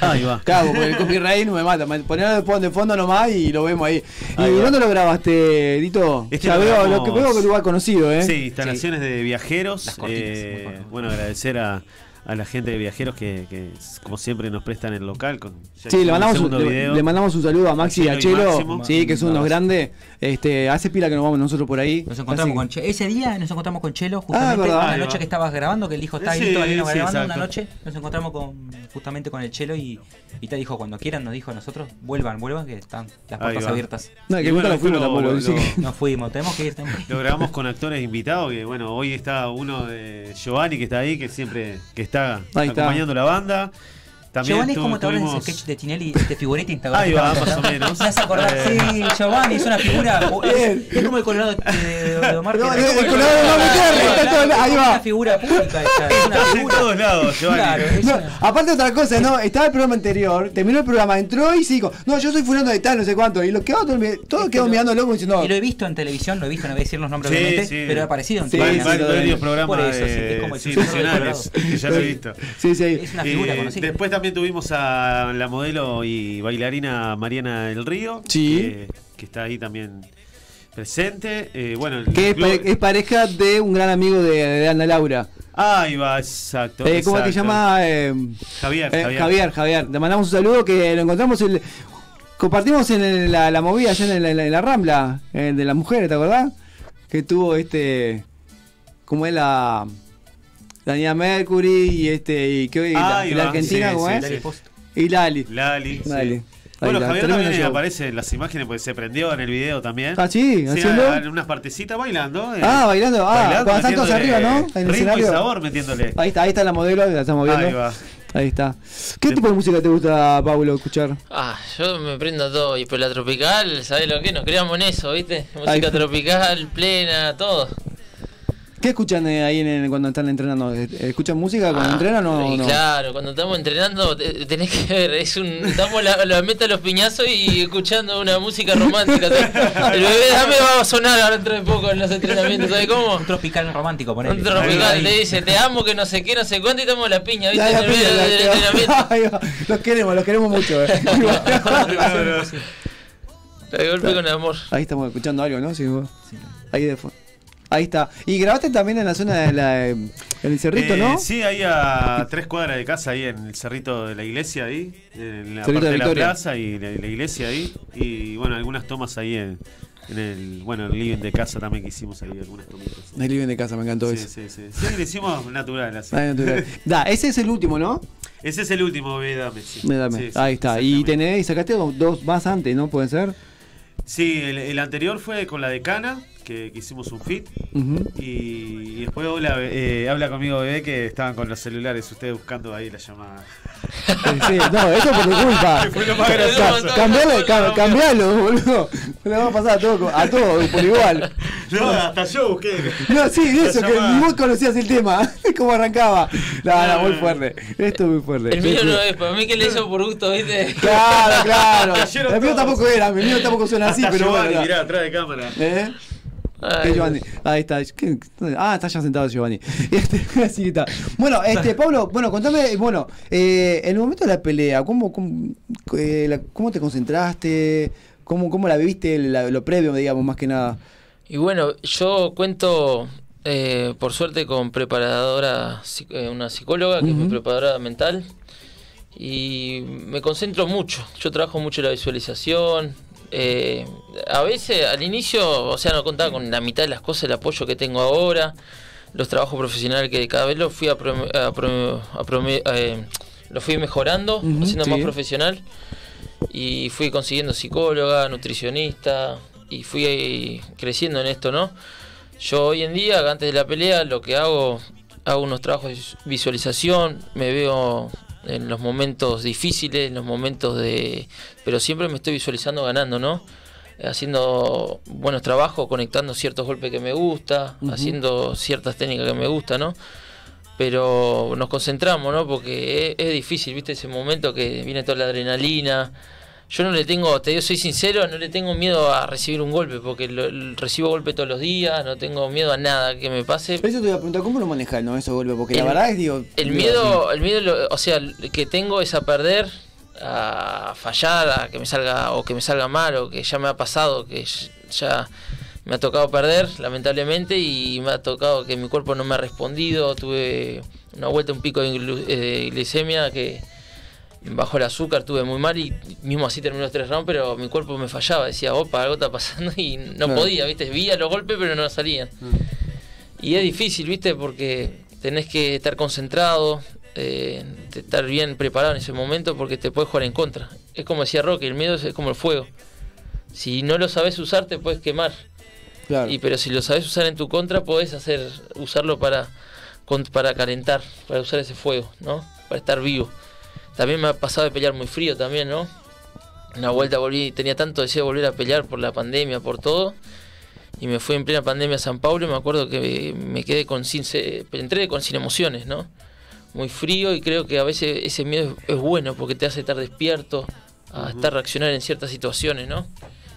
H: Ahí va.
B: Cago, porque el copyright no me mata. Me- Ponerlo de fondo, de fondo nomás y lo vemos ahí. ¿Y
H: Ahí va.
B: dónde lo grabaste, Lito?
H: Este
B: ya
H: lo
B: veo, lo
H: grabamos-
B: que veo que lugar conocido, ¿eh?
H: Sí, instalaciones de viajeros.
A: Las cortinas,
H: eh,
A: muy bueno.
H: bueno, agradecer a, a la gente de viajeros que, que, como siempre, nos prestan el local. Con, ya
B: Sí,
H: hicimos
B: le
H: un
B: mandamos, un,
H: segundo
B: le,
H: video.
B: le mandamos un saludo a Maxi y a
H: Chelo y
B: Chelo,
H: Máximo.
B: sí, que son
A: Un
B: unos
A: abrazo.
B: grandes. Este, hace pila que nos vamos nosotros por ahí.
A: Nos encontramos
B: Así
A: con Che- Ese día nos encontramos con Chelo, justamente
B: verdad.
A: la
H: Ah, Ahí va.
A: noche que estabas grabando, que el hijo está ahí
H: Sí,
A: Lito Galeano
H: sí,
A: grabando
H: exacto.
A: una noche. Nos encontramos con, justamente con el Chelo y, y te dijo, cuando quieran, nos dijo a nosotros, vuelvan, vuelvan, que están las
H: Ahí
A: puertas
H: va.
A: abiertas.
B: que- No,
H: Y
B: que nunca
H: bueno,
B: lo
H: después
B: fuimos tampoco.
H: lo-
B: sí.
H: lo-
A: Nos fuimos, tenemos que ir. tenemos que ir.
H: Lo grabamos con actores invitados, que bueno, hoy está uno de Giovanni que está ahí, que siempre que está
B: Ahí está.
H: acompañando la banda. También
A: Giovanni es
H: tu-
A: como te hablan en ese
H: tuvimos-
A: sketch de Tinelli de figurita
H: Ahí
A: instagramable.
H: va, más o menos.
A: ¿Me vas a acordar?
H: Eh,
A: Sí, Giovanni es una figura. o- Es, es como el colorado de, de, de Omar.
B: No,
A: Pérez.
B: es el colorado de Omar Gutiérrez, está todo-
A: Claro,
B: ahí
A: es
B: va.
A: una figura pública esa, es una
H: Estás Ah, en
A: figura.
H: todos lados, Giovanni.
A: Claro, es
B: No,
A: una-
B: aparte otra cosa, no, estaba el programa anterior, terminó el programa, entró y se dijo, no, yo soy fulano de tal, no sé cuánto, y lo quedó todo, todo quedó mirando loco diciendo,
A: Y Este lo he visto en televisión, lo he visto, no voy a decir los nombres
H: Sí,
A: obviamente,
H: sí.
A: pero ha aparecido en
B: Sí,
H: Hay
B: sí,
A: televisión.
B: lo
H: varios
B: veo.
H: programas
A: Por eso, sí,
H: eh,
A: es como el
H: sí,
A: susurro del
H: nacionales que ya lo he visto.
B: sí, sí,
A: Es una figura
H: Eh,
A: conocida.
H: después también tuvimos a la modelo y bailarina Mariana del Río,
B: Sí.
H: que, que está ahí también presente. Eh, bueno, el
B: que es,
H: club-
B: pare- es pareja de un gran amigo de, de Ana Laura.
H: ahí va, exacto.
B: Eh, ¿Cómo te
H: exacto.
B: llama? Eh,
H: Javier,
B: eh,
H: Javier.
B: Javier, Javier. Te mandamos un saludo que lo encontramos, el, compartimos en el- la, la movida allá en la, en la- en la Rambla, eh, de las mujeres, ¿te acordás? Que tuvo este, ¿cómo es la... La niña Mercury y este y que hoy la,
H: Ahí
B: y la
H: va,
B: Argentina,
H: sí,
B: ¿cómo
H: sí,
B: es?
H: sí.
B: Y Lali.
H: Lali. sí.
B: Lali. Ahí
H: Bueno,
B: está,
H: Javier
B: tremendo
H: también
B: show.
H: aparece en las imágenes porque se prendió en el video también.
B: Ah, sí, haciendo.
H: en unas partecitas bailando. eh.
B: Ah, bailando, ah, cuando están todos
H: metiéndole
B: arriba, ¿no? En el
H: ritmo y
B: escenario.
H: sabor metiéndole.
B: Ahí está, ahí está la modelo, la estamos viendo.
H: Ahí va.
B: Ahí está. ¿Qué tipo de música te gusta, Pablo, escuchar?
F: Ah, yo me prendo todo, y pero la tropical, ¿sabes lo que? Nos creamos en eso, ¿viste? Música
B: Ay.
F: tropical, plena, todo.
B: ¿Qué escuchan eh, ahí en el- cuando están entrenando? ¿Eh, ¿Escuchan música cuando
F: Ah,
B: entrenan o
F: y
B: no?
F: Claro, cuando estamos entrenando te- tenés que ver, es un damos la, la meta a los piñazos y escuchando una música romántica. ¿sabes? El bebé dame va a sonar ahora dentro de poco en los entrenamientos, ¿sabes cómo?
A: Un tropical romántico, ponele.
F: Un
H: Ahí.
F: tropical le dice, te amo, que no sé qué, no sé cuánto, y estamos la piña, ¿viste?
B: Ahí
F: En
B: la
F: el
B: pila,
F: medio
B: la-
F: del entrenamiento.
B: Ahí va. Los queremos, los queremos mucho. eh.
F: De golpe con amor.
B: ahí estamos escuchando algo, ¿no? Sí, vos. Ahí de fondo. Ahí está. Y grabaste también en la zona de la, eh, en el cerrito,
H: Eh,
B: ¿no?
H: Sí, ahí a tres cuadras de casa, ahí en el cerrito de la iglesia, ahí. En la
B: Cerrito
H: parte
B: de
H: de, la
B: Victoria.
H: plaza y la, la iglesia ahí. Y bueno, algunas tomas ahí en, en el bueno el living de casa también que hicimos ahí, algunas tomitas.
B: Del living de casa, me encantó
H: Sí,
B: eso.
H: sí, sí. Sí, le hicimos natural así.
B: Ahí Ah, natural. da, ese es el último, ¿no?
H: Ese es el último, ve, dame. sí.
B: Me dame.
H: Sí, sí,
B: Ahí está. Y
H: exactamente.
B: tenés, y sacaste dos, dos más antes, ¿no? Pueden ser.
H: Sí, el, el anterior fue con la decana, que, que hicimos un fit.
B: Ujú.
H: Y, y después habla, eh, habla conmigo, bebé, que estaban con los celulares ustedes buscando ahí la llamada.
B: Eh, sí, no, eso por tu culpa.
H: Fue lo más
B: Ca-
H: gracioso.
B: Cambiale, ca- cambialo, boludo. Le vamos a pasar a todos, a todos por igual.
H: No, hasta yo busqué.
B: No, sí,
H: La
B: eso, que
H: llamada.
B: ni vos conocías el tema, cómo arrancaba. No, no, muy fuerte. Esto es muy fuerte.
F: El mío no es, para mí que le hizo por gusto, ¿viste?
B: Claro, claro.
H: Cayeron
B: El mío
H: todos.
B: tampoco era, el mío tampoco suena así,
H: Hasta
B: pero
H: Giovanni,
B: bueno.
H: mirá, atrás de cámara.
B: ¿Eh?
F: Ay,
B: Que Giovanni. Ahí está. ¿Qué- qué- Ah, está ya sentado Giovanni. Este, así que está. Bueno, este, Pablo, bueno, contame, bueno, eh, en el momento de la pelea, ¿cómo, cómo, eh, la- cómo te concentraste? ¿Cómo, cómo la viviste la- lo previo, digamos, más que nada?
F: Y bueno, yo cuento, eh, por suerte, con preparadora, psi- eh, una psicóloga que es mi preparadora mental. Y me concentro mucho. Yo trabajo mucho la visualización. eh, a veces, al inicio, o sea, no contaba con la mitad de las cosas, el apoyo que tengo ahora, los trabajos profesionales que cada vez los fui, a prom- a prom- a prom- eh, los fui mejorando,
B: Ujú,
F: haciendo más
B: sí.
F: profesional. Y fui consiguiendo psicóloga, nutricionista, y fui ahí creciendo en esto, ¿no? Yo hoy en día, antes de la pelea, lo que hago, hago unos trabajos de visualización, me veo en los momentos difíciles, en los momentos de... Pero siempre me estoy visualizando ganando, ¿no? Haciendo buenos trabajos, conectando ciertos golpes que me gusta, haciendo ciertas técnicas que me gusta, ¿no? pero nos concentramos, ¿no? Porque es, es difícil, ¿viste? Ese momento que viene toda la adrenalina. Yo no le tengo, te digo, soy sincero, no le tengo miedo a recibir un golpe, porque lo- lo- recibo golpe todos los días, no tengo miedo a nada que me pase.
B: Eso te voy a preguntar, ¿cómo lo manejas, no? Eso golpe, porque la
F: El-
B: verdad es, digo.
F: El
B: digo,
F: miedo, el miedo, lo- o sea, el que tengo es a perder, a fallar, a que me salga o que me salga mal o que ya me ha pasado, que sh- ya me ha tocado perder, lamentablemente, y me ha tocado que mi cuerpo no me ha respondido. Tuve una vuelta, un pico de glu- eh, de glicemia que bajó el azúcar, tuve muy mal y mismo así terminó los tres rounds, pero mi cuerpo me fallaba, decía, opa, algo está pasando y no
B: Claro.
F: podía, viste, veía los golpes pero no salían. Y es difícil, ¿viste? Porque tenés que estar concentrado, eh, de estar bien preparado en ese momento porque te puedes jugar en contra. Es como decía Rocky, el miedo es, es como el fuego. Si no lo sabes usar, te puedes quemar.
B: Claro.
F: Y, pero si lo sabes usar en tu contra, podés hacer, usarlo para, con- para calentar, para usar ese fuego, ¿no? Para estar vivo. También me ha pasado de pelear muy frío también, ¿no? Una vuelta volví, tenía tanto deseo de volver a pelear por la pandemia, por todo. Y me fui en plena pandemia a San Pablo y me acuerdo que me quedé con sin, se- entré con sin emociones, ¿no? Muy frío y creo que a veces ese miedo es, es bueno porque te hace estar despierto, a estar reaccionar en ciertas situaciones, ¿no?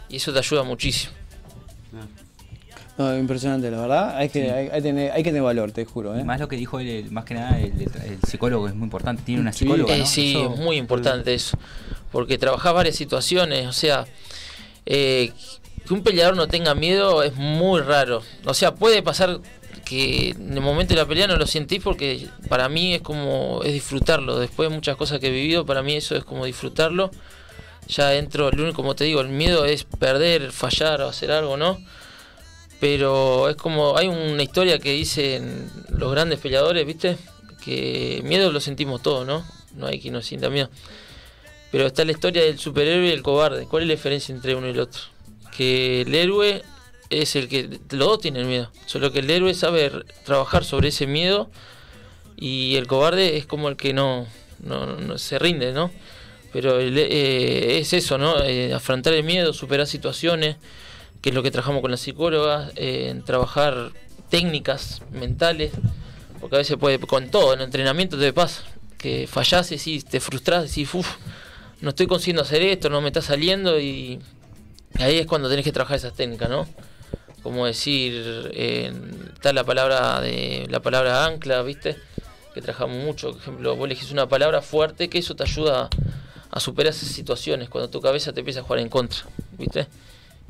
F: Y eso te ayuda muchísimo.
B: No, impresionante, la verdad. Hay que, hay, hay que tener, hay que tener valor, te juro.
A: Y
B: ¿eh?
A: Más lo que dijo él, el- más que nada el, el psicólogo pues, es muy importante. Tiene una
B: Sí.
A: psicóloga.
F: Eh,
A: ¿no?
F: sí,
A: Eso-
F: es muy importante eso. Porque trabajás varias situaciones. O sea, eh, que un peleador no tenga miedo es muy raro. O sea, puede pasar que en el momento de la pelea no lo sentís porque para mí es como es disfrutarlo. Después de muchas cosas que he vivido, para mí eso es como disfrutarlo. Ya dentro, el único, como te digo, el miedo es perder, fallar o hacer algo, ¿no? Pero es como, hay una historia que dicen los grandes peleadores, ¿viste? Que miedo lo sentimos todos, ¿no? No hay quien no sienta miedo. Pero está la historia del superhéroe y el cobarde. ¿Cuál es la diferencia entre uno y el otro? Que el héroe es el que... Los dos tienen miedo. Solo que el héroe sabe r- trabajar sobre ese miedo y el cobarde es como el que no, no, no se rinde, ¿no? Pero el- eh, es eso, ¿no? Eh, afrontar el miedo, superar situaciones, que es lo que trabajamos con las psicólogas, eh, en trabajar técnicas mentales, porque a veces puede, con todo, en entrenamiento te pasa, que fallás y sí, te frustras, decís, uff, no estoy consiguiendo hacer esto, no me está saliendo y ahí es cuando tenés que trabajar esas técnicas, ¿no? Como decir, eh, está la palabra de la palabra ancla, ¿viste? Que trabajamos mucho. Por ejemplo, vos elegís una palabra fuerte que eso te ayuda a superar esas situaciones cuando tu cabeza te empieza a jugar en contra, ¿viste?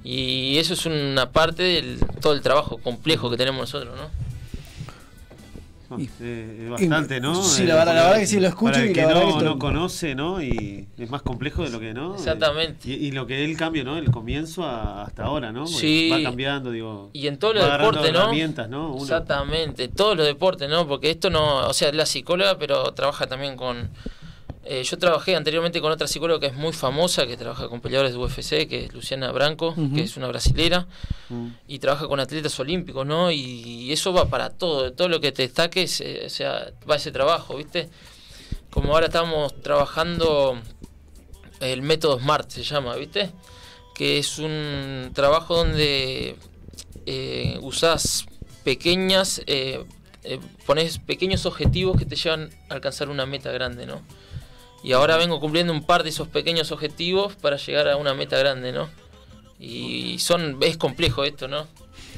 F: Y eso es una parte del todo el trabajo complejo que tenemos nosotros, ¿no?
H: Ah, eh, es bastante, ¿no?
B: Sí,
H: Eh,
B: la verdad- la verdad
H: para-
B: que sí, lo escucho
H: para el
B: y
H: que
B: la
H: no,
B: verdad que esto-
H: no conoce, ¿no? Y es más complejo de lo que no. Eh,
F: Exactamente.
H: Y, y lo que es el cambio, ¿no? El comienzo a- hasta ahora, ¿no? Porque
F: Sí.
H: Va cambiando, digo.
F: Y en todos los
H: va agarrando
F: deportes, ¿no?
H: herramientas, ¿no? Uno.
F: Exactamente, todos los deportes, ¿no? Porque esto no, o sea, es la psicóloga, pero trabaja también con... eh, yo trabajé anteriormente con otra psicóloga que es muy famosa, que trabaja con peleadores de UFC, que es Luciana Branco, que es una brasilera,
H: Mm.
F: y trabaja con atletas olímpicos, ¿no? Y, eso va para todo, todo lo que te destaques, eh, o sea, va ese trabajo, ¿viste? Como ahora estamos trabajando el método SMART, se llama, ¿viste? Que es un trabajo donde eh, usás pequeñas, eh, eh, pones pequeños objetivos que te llevan a alcanzar una meta grande, ¿no? Y ahora vengo cumpliendo un par de esos pequeños objetivos para llegar a una meta grande, ¿no? Y son es complejo esto, ¿no?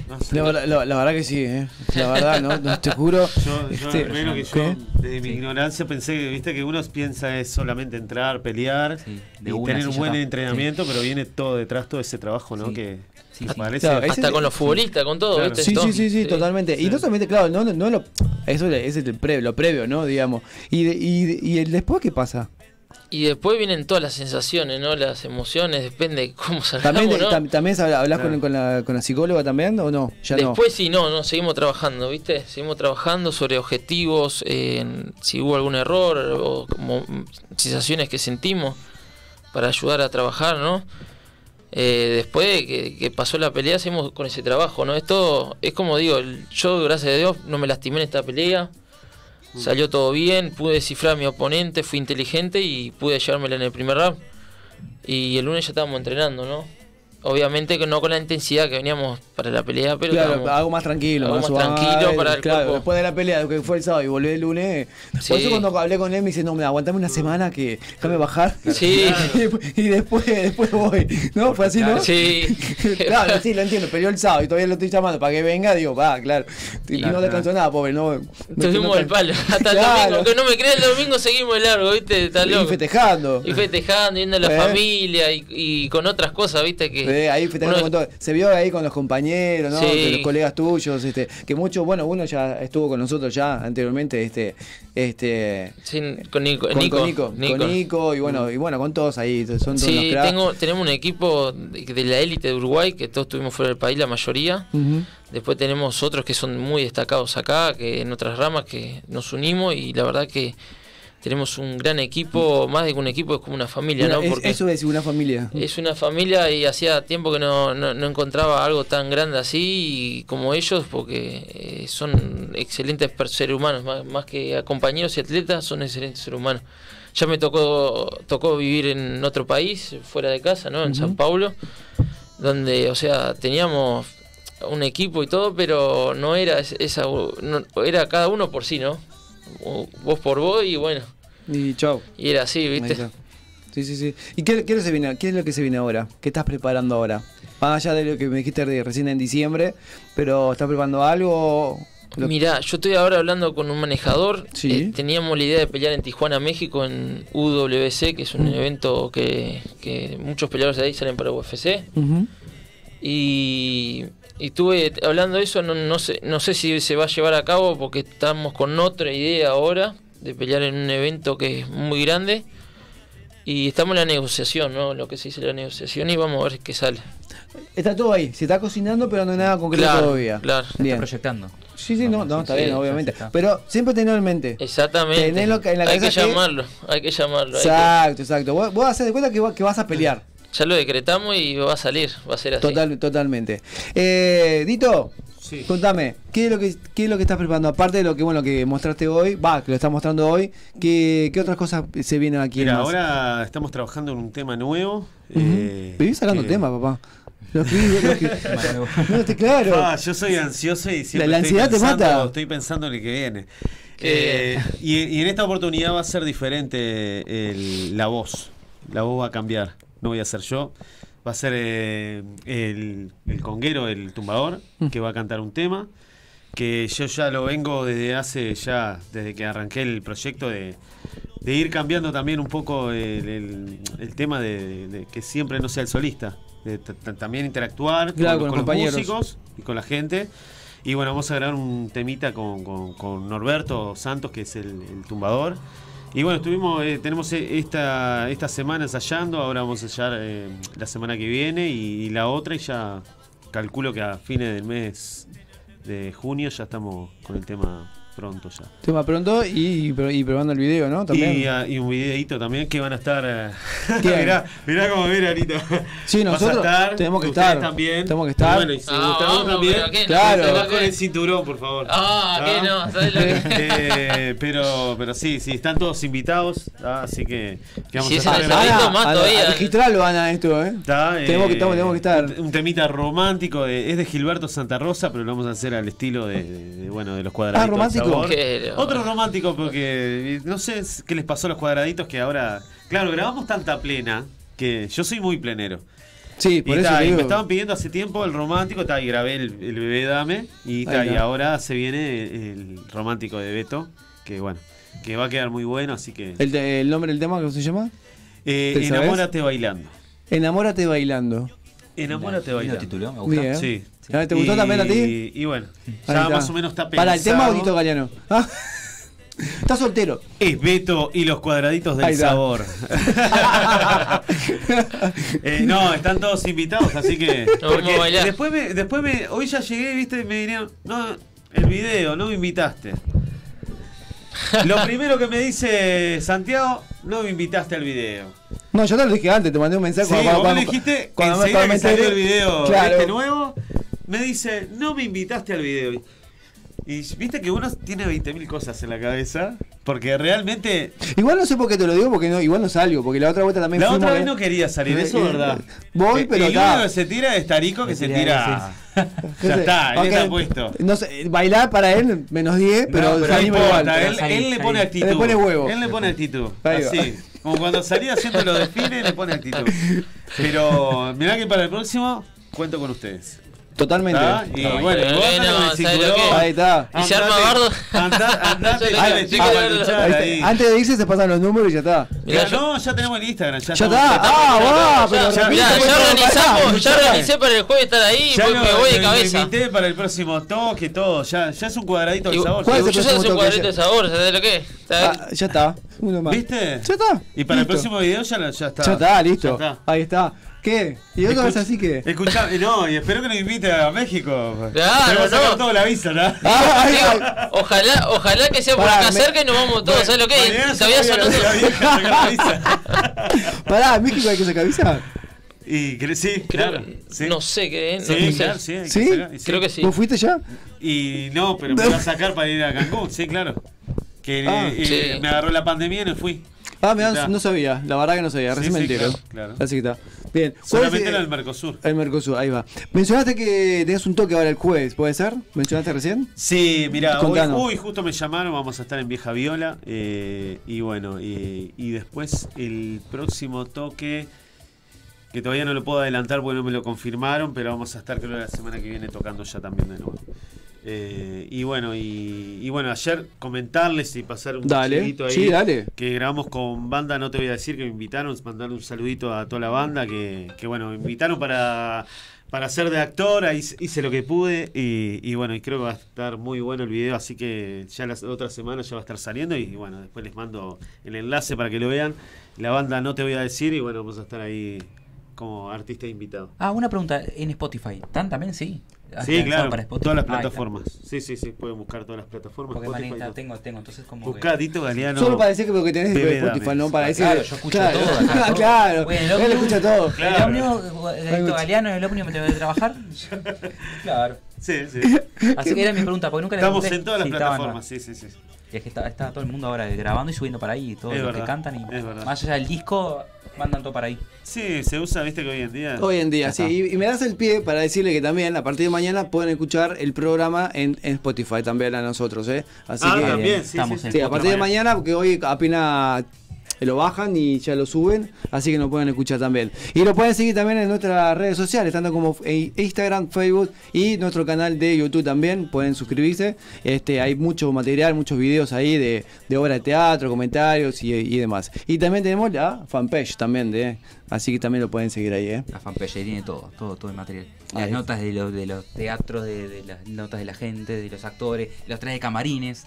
H: No sé.
B: La, verdad- la- la verdad que sí, ¿eh? la verdad, ¿no? No, te juro.
H: Yo, yo,
B: Este,
H: al menos que yo,
B: ¿qué?
H: desde mi ignorancia, pensé que, viste, que uno piensa es solamente entrar, pelear
A: Sí, de
H: y
A: una,
H: tener
A: sí,
H: un
A: ya
H: buen
A: está.
H: entrenamiento, pero viene todo detrás, todo ese trabajo, ¿no?
A: Sí.
H: Que,
A: Sí,
H: que
A: sí.
H: parece.
B: Claro, es-
F: Hasta
B: Ese-
F: con los futbolistas, con todo,
H: Claro.
F: ¿viste?
B: Sí,
F: Todo.
B: sí, sí, sí, totalmente. Y no solamente, claro, no, no, no lo, eso le- ese es el previo, lo previo, ¿no? Digamos. Y, de- y, de- y el después, ¿qué pasa?
F: Y después vienen todas las sensaciones, ¿no? Las emociones, depende de cómo salgamos,
B: ¿También, te-
F: ¿no?
B: tam- también habla- hablas con,
H: Claro.
B: con la, con la psicóloga también o no? Ya no.
F: Después sí, no, no, seguimos trabajando, ¿viste? Seguimos trabajando sobre objetivos, en si hubo algún error o como mm, sensaciones que sentimos para ayudar a trabajar, ¿no? Eh, después de que, que pasó la pelea, seguimos con ese trabajo, ¿no? Esto es como digo, el- yo, gracias a Dios, no me lastimé en esta pelea.
B: Mm.
F: Salió todo bien, pude descifrar a mi oponente, fui inteligente y pude llevármela en el primer round. Y el lunes ya estábamos entrenando, ¿no? Obviamente que no con la intensidad que veníamos para la pelea, pero
B: Claro,
F: estábamos-
B: algo más tranquilo,
F: algo más tranquilo
B: suave,
F: para el
B: claro,
F: cuerpo.
B: Después de la pelea, que fue el sábado y volví el lunes.
F: Sí.
B: Por eso cuando hablé con él me dice, no, me aguantame una semana que déjame bajar.
F: Sí.
B: y después, después voy. ¿No? Fue así, ¿no?
F: Sí.
B: claro, sí, lo entiendo. Peleó el sábado y todavía lo estoy llamando para que venga. Digo, va, claro. Y no descansó nada, pobre. No,
F: Tuvimos el palo. Hasta el domingo, aunque no me creas, el domingo seguimos de largo, ¿viste? Está
B: Y
F: loco.
B: festejando.
F: Y festejando, yendo a la
B: Eh.
F: familia y, y con otras cosas, ¿viste? Que
B: Eh, ahí festejando
F: uno-
B: con todo. Se vio ahí con los compañeros, ¿no?
F: Sí.
B: De los colegas tuyos, este, que muchos, bueno, uno ya estuvo con nosotros ya anteriormente, este, este,
F: sin- con Nico.
B: con con Nico, con Nico, y bueno, y bueno, con todos ahí, son todos unos
F: Sí,
B: cracks.
F: tengo, tenemos un equipo de de la élite de Uruguay, que todos estuvimos fuera del país, la mayoría.
B: Ujú.
F: Después tenemos otros que son muy destacados acá, que en otras ramas que nos unimos y la verdad que tenemos un gran equipo, más de que un equipo, es como una familia,
B: Bueno,
F: ¿no?
B: es-
F: Porque-
B: eso es una familia.
F: Es una familia y hacía tiempo que no, no- no encontraba algo tan grande así y como ellos, porque eh, son excelentes per- seres humanos, más, más que compañeros y atletas, son excelentes seres humanos. ya me tocó, tocó vivir en otro país, fuera de casa, ¿no? En San Paulo, donde, o sea, teníamos un equipo y todo, pero no era es- esa, no- era cada uno por sí, ¿no? Vos por vos y bueno,
B: Y chau.
F: y era así,
B: Ahí
F: ¿viste?
B: está. Sí, sí, sí. ¿Y qué, qué se viene, qué es lo que se viene ahora? ¿Qué estás preparando ahora? Más allá de lo que me dijiste de- recién en diciembre, pero ¿estás preparando algo? Lo-
F: Mirá, yo estoy ahora hablando con un manejador.
B: Sí.
F: Eh, teníamos la idea de pelear en Tijuana, México, en UWC, que es
B: Mm.
F: un evento que, que muchos peleadores de ahí salen para UFC.
B: Ujú.
F: Y, y estuve hablando de eso, no, no, sé, no sé si se va a llevar a cabo porque estamos con otra idea ahora de pelear en un evento que es muy grande. Y estamos en la negociación, ¿no? Lo que se dice la negociación y vamos a ver qué sale.
B: Está todo ahí, se está cocinando, pero no hay nada concreto
F: Claro,
B: todavía.
F: claro.
A: Está
B: Bien.
A: proyectando.
B: Sí, sí, no, no, está bien,
F: sí,
B: obviamente.
A: está.
B: Pero siempre tenlo en mente.
F: Exactamente.
B: Tenés lo que- en la
F: hay que
B: cabeza que-
F: llamarlo, hay que llamarlo. hay que-
B: Exacto, exacto. Vos, vos hacés de cuenta que, va- que vas a pelear.
F: Ya lo decretamos y va a salir, va a ser así.
B: Total, Totalmente. Eh, Dito,
H: Sí.
B: contame, ¿qué es, lo que, ¿qué es lo que estás preparando? Aparte de lo que bueno que mostraste hoy, va, que lo estás mostrando hoy, ¿qué, qué otras cosas se vienen aquí?
H: Mira,
B: más?
H: ahora estamos trabajando en un tema nuevo.
B: Ujú.
H: eh,
B: Vivís sacando
H: que-
B: temas, papá. Lo escribí, lo escribí. No, está claro.
H: Ah, yo soy ansioso y siempre
B: La- la
H: estoy
B: ansiedad te
H: pensando-
B: mata.
H: Estoy pensando en el que viene.
F: Qué
H: Eh, y, y en esta oportunidad va a ser diferente el- la voz. La voz va a cambiar. No voy a ser yo. Va a ser eh, el, el conguero, el tumbador,
B: Mm.
H: que va a cantar un tema. Que yo ya lo vengo desde hace ya, desde que arranqué el proyecto de, de ir cambiando también un poco el, el- el tema de, de que siempre no sea el solista. De t- t- también interactuar
B: Claro, con los compañeros.
H: los músicos y con la gente. Y bueno, vamos a grabar un temita con, con- con Norberto Santos, que es el, el tumbador. Y bueno, estuvimos, eh, tenemos eh, esta, esta semana ensayando, ahora vamos a ensayar eh, la semana que viene y, y la otra, y ya calculo que a fines del mes de junio ya estamos con el tema pronto ya.
B: Tema pronto y, y, y probando el video, ¿no? También.
H: Y, ah, y un videito también que van a estar. eh,
B: ¿Quién?
H: mirá, mirá cómo viene ahorita.
B: Sí,
H: Vas a
B: nosotros tenemos que
H: ustedes
B: estar,
H: También.
B: tenemos que estar.
H: Y Bueno, y si
F: Ah,
H: Gustavo
F: vamos,
H: también.
F: pero ¿qué?
B: Claro.
H: Andá con el cinturón, por favor.
F: Ah, que no, ¿sabes lo que?
H: Eh, pero, pero sí, sí, están todos invitados. ah, así que. que
F: Si es en el
H: estar-
F: evento, más todavía.
B: registralo, Ana, esto, ¿eh?
H: Está, eh,
B: tenemos, que, estamos- tenemos que estar.
H: Un, un temita romántico. de- es de Gilberto Santa Rosa, pero lo vamos a hacer al estilo de, de- de, bueno, de los cuadraditos. al
B: Ah, romántico.
H: sabor.
F: Pero-
H: Otro romántico, porque eh, no sé s- qué les pasó a los cuadraditos que ahora. Claro, grabamos tanta plena que yo soy muy plenero.
B: Sí,
H: Y,
B: por eso
H: ta,
B: te
H: y
B: digo.
H: me estaban pidiendo hace tiempo el romántico, ta, y grabé el, el bebé dame, y, ta,
B: Ahí
H: y
B: está.
H: ahora se viene el, el romántico de Beto, que bueno, que va a quedar muy bueno, así que...
B: El, te- el nombre del tema, ¿cómo se llama?
H: Eh,
B: ¿te sabes?
H: enamórate bailando.
B: Enamórate bailando.
H: Enamórate bailando.
A: título, me gusta.
B: Bien.
H: Sí.
B: Ah, ¿Te gustó
H: Y-
B: también a ti?
H: Y bueno,
B: Ahí
H: ya
B: está.
H: más o menos está pensado.
B: Para el tema, Audito Galeano. Ah, Está soltero.
H: Es Beto y los cuadraditos
B: Ahí
H: del
B: está.
H: sabor. Eh, no, están todos invitados, así que.
F: vamos
H: porque
F: a bailar.
H: Después me, después me. Hoy ya llegué, viste, me dijeron. No, el video, no me invitaste. Lo primero que me dice Santiago, no me invitaste al video.
B: No, yo te lo dije antes, te mandé un mensaje.
H: Sí, vos me dijiste cuando,
B: me-
H: enseguida que
B: me
H: salió el
B: enteré.
H: video
B: Claro.
H: este nuevo, me dice, no me invitaste al video. Y viste que uno tiene 20.000 cosas en la cabeza, porque realmente
B: Igual no sé por qué te lo digo, porque no, igual no salgo, porque la otra vuelta también
H: La
B: fuimos,
H: otra vez
B: ¿eh?
H: no quería salir, eso es
B: Eh,
H: verdad.
B: voy,
H: Eh,
B: pero
H: El
B: acá.
H: único que se tira es Tarico, que se tira. ya está, él
B: Ok,
H: está puesto.
B: No sé, bailar para él, menos 10, pero,
H: No,
B: salimos
H: no importa, ¿eh?
B: igual.
H: él,
A: salí,
H: él le
A: salí.
H: pone actitud.
B: Le pone huevo.
H: Él le pone actitud.
B: Ahí va.
H: Así. Como cuando salía haciendo lo define, le pone actitud. Pero mirá que para el próximo cuento con ustedes.
B: Totalmente.
H: ¿Está? Ah, Y
F: No,
H: bueno,
F: pero
H: vos
F: bueno,
H: andate con el
F: ¿sabes lo
H: cinturón.
F: que?
B: Ahí está.
F: ¿Y se arma
H: Andate,
F: bardo?
H: Andá, andate,
F: Yo
H: dale,
F: quiero
H: chaval,
F: verlo.
H: chaval,
B: Ahí está.
H: ahí.
B: Antes de irse se pasan los números y ya está.
F: Mirá,
H: Ya,
F: yo-
H: No, ya tenemos el Instagram.
B: Ya
H: Ya, estamos-
B: está. Ah, va, pero
F: ya,
B: repito,
F: ya,
B: pues,
F: ya
B: no, pará,
F: organizamos, ya
B: escuchá.
F: organicé para el jueves estar ahí,
H: Ya
F: voy-
H: lo-
F: me voy de
H: lo
F: cabeza.
H: invité para el próximo toque, todo. Ya, ya es un cuadradito de
F: Y-
H: sabor.
B: ¿Cuál es
F: y
B: el
F: yo
B: próximo
F: soy un
B: toque?
F: cuadrito de sabor, ¿sabes lo que? es? ¿Sabés?
B: Ah, ya está. Uno más.
H: ¿Viste?
B: Ya está.
H: Y para
B: Listo.
H: el próximo video ya, lo- ya está.
B: Ya está, listo.
H: Ya
F: Ah,
H: está.
B: Ahí está. ¿Qué? ¿Y otra vez
H: Escuch-
B: así que?
H: Escuchá, no, y espero que nos invite a México.
F: Claro,
H: Tenemos que sacar
F: no.
H: toda la visa, ¿no?
B: Ah, ahí, ahí.
F: Digo, Ojalá, ojalá que sea por
B: Pará,
F: acá
B: me-
F: cerca y nos vamos todos, ¿sabes lo que? es?
H: Mañana
F: Y todavía
H: se va a
F: sonando.
H: ir a la vieja a sacar la visa.
B: Pará, ¿en México hay que sacar visa?
H: Y cre- sí,
F: Creo-
H: claro. sí.
F: No sé qué, no,
H: Sí,
F: no sé.
H: claro, sí. hay que
B: ¿Sí?
H: sacar, y
F: Creo que sí.
B: ¿Vos fuiste ya?
H: Y no, pero me
B: No.
H: iba a sacar para ir a Cancún, sí, claro. Que
B: Ah.
H: eh,
F: Sí.
H: me agarró la pandemia y no fui.
B: Ah, mirá,
H: Está.
B: no sabía, la verdad que no sabía,
H: Sí,
B: recién me
H: sí,
B: entero.
H: claro, claro.
B: Así que está. Bien. ¿Cuál es,
H: Solamente
B: eh,
H: era el Mercosur.
B: el Mercosur, ahí va. Mencionaste que tenías un toque ahora el jueves, ¿puede ser? ¿Mencionaste recién?
H: Sí, mira, hoy,
B: Contanos.
H: uy, justo me llamaron, vamos a estar en Vieja Viola. eh, y bueno, eh, y después el próximo toque, que todavía no lo puedo adelantar porque no me lo confirmaron, pero vamos a estar creo la semana que viene tocando ya también de nuevo. Eh, y bueno, y, y bueno, ayer comentarles y pasar un
B: Dale,
H: saludito ahí.
B: sí, dale.
H: Que grabamos con banda, no te voy a decir que me invitaron, mandarle un saludito a toda la banda, que, que bueno, me invitaron para, para ser de actor, ahí hice- hice lo que pude y, y bueno, y creo que va a estar muy bueno el video, así que ya la otra semana ya va a estar saliendo y bueno, después les mando el enlace para que lo vean. La banda no te voy a decir y bueno, vamos a estar ahí como artista invitado.
A: Ah, una pregunta. ¿En Spotify? ¿Tan también? Sí. ¿Has
H: Sí,
A: lanzado
H: claro,
A: Ah, para Spotify?
H: todas las
A: Ah, ahí está.
H: plataformas. Sí, sí, sí, pueden buscar todas las plataformas.
A: Porque
H: Spotify,
A: manita,
H: todo.
A: tengo, tengo. Entonces como que-
H: Buscá Dito Galeano.
B: Solo para decir que porque tenés
H: Bebé
B: Spotify,
H: Dames.
B: ¿no? Para
A: Ah,
B: decir.
A: claro, yo escucho todo acá, todo.
B: claro,
A: Bueno, el
B: él
A: ómnibus-
B: escucha todo.
A: ¿El
H: Claro.
A: ómnibus eh,
B: Hay
A: Dito
B: mucho.
A: Galeano el ómnibus me tengo que trabajar? claro.
H: Sí, sí.
A: Así que era mi pregunta, porque nunca le
H: Estamos
A: pregunté
H: en todas las
A: si estaban-
H: plataformas, sí, sí, sí.
A: Y es que está, está todo el mundo ahora grabando y subiendo para ahí, y todos
H: Es
A: los que
H: verdad,
A: cantan
H: es
A: y
H: verdad.
A: más allá del disco, mandan todo para ahí.
H: Sí, se usa, viste que hoy en día.
B: Hoy en día,
A: Ajá.
B: sí. Y, y me das el pie para decirle que también a partir de mañana pueden escuchar el programa en, en Spotify también a nosotros, ¿eh? Así
H: ah,
B: que.
H: también, sí,
A: estamos
H: sí,
A: en
B: Sí,
H: sí.
B: a partir de mañana, porque hoy apenas lo bajan y ya lo suben, así que nos pueden escuchar también. Y lo pueden seguir también en nuestras redes sociales, tanto como en Instagram, Facebook y nuestro canal de YouTube también, pueden suscribirse. Este, hay mucho material, muchos videos ahí de, de obras de teatro, comentarios y, y demás. Y también tenemos la fanpage también, de, así que también lo pueden seguir ahí. ¿eh?
A: La fanpage ahí tiene todo, todo, todo el material. Las
B: Ahí.
A: notas de los, de los teatros, de, de las notas de la gente, de los actores, los trae de camarines,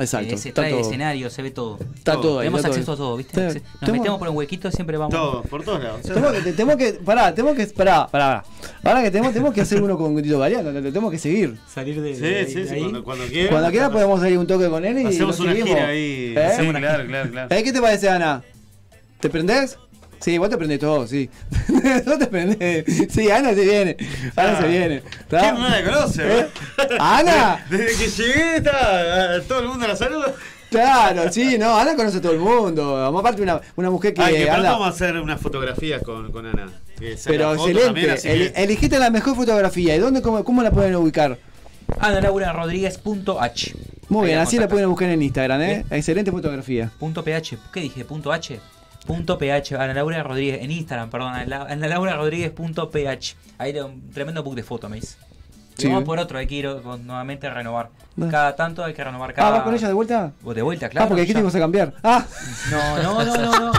B: Exacto.
A: eh, se trae de
B: todo-
A: escenario, se ve todo.
B: está todo ahí,
A: Tenemos
B: está todo
A: acceso
B: ahí.
A: a todo, ¿viste?
B: Está-
A: Nos
B: estamos-
A: metemos por un huequito, siempre vamos.
H: Todo, por todos lados.
B: Tengo que, tengo que, pará, tengo que, pará, pará, pará. Ahora que tenemos, tenemos que hacer uno con Tito Galeano, te tenemos que seguir.
A: Salir de,
H: Sí, sí, sí, cuando, cuando quiera.
B: Cuando quiera podemos salir un toque con él y
H: Hacemos
B: lo
H: una
B: seguimos.
H: gira ahí.
B: ¿Eh?
H: Sí, claro, claro, claro.
B: ¿Eh? ¿Qué te parece, Ana? ¿Te prendés? Sí, vos te prendés todo, sí. vos te prendés. Sí, Ana se viene. Ana
H: Ah.
B: se viene. ¿Está?
H: ¿Quién no la conoce?
B: ¿Eh? ¡Ana!
H: Desde que llegué está, eh, todo el mundo la saluda.
B: Claro, sí, no, Ana conoce a todo el mundo. Vamos, Aparte, una, una mujer que,
H: Ay, que pronto
B: anda-
H: vamos a hacer unas fotografías con, con Ana. Que saca
B: Pero
H: fotos
B: excelente.
H: también, así
B: Eli-
H: que-
B: Elegiste la mejor fotografía. ¿Y dónde, cómo, cómo la pueden ubicar?
A: Rodríguez.h.
B: Muy bien, así la pueden buscar en Instagram, ¿eh? Excelente fotografía.
A: Punto PH, ¿qué dije? Punto H. Punto PH, Ana Laura Rodríguez, en Instagram, perdón, Ana Ana Laura Rodríguez punto PH. Ahí era un tremendo book de foto, me dice. Y
B: Sí.
A: Vamos por otro, hay que ir o- nuevamente a renovar.
B: Va.
A: Cada tanto hay que renovar cada.
B: Ah, ¿vas con ella de vuelta?
A: O de vuelta, claro.
B: ah, porque aquí
A: ya.
B: te ibas a cambiar. Ah,
A: No, no, no, no, no.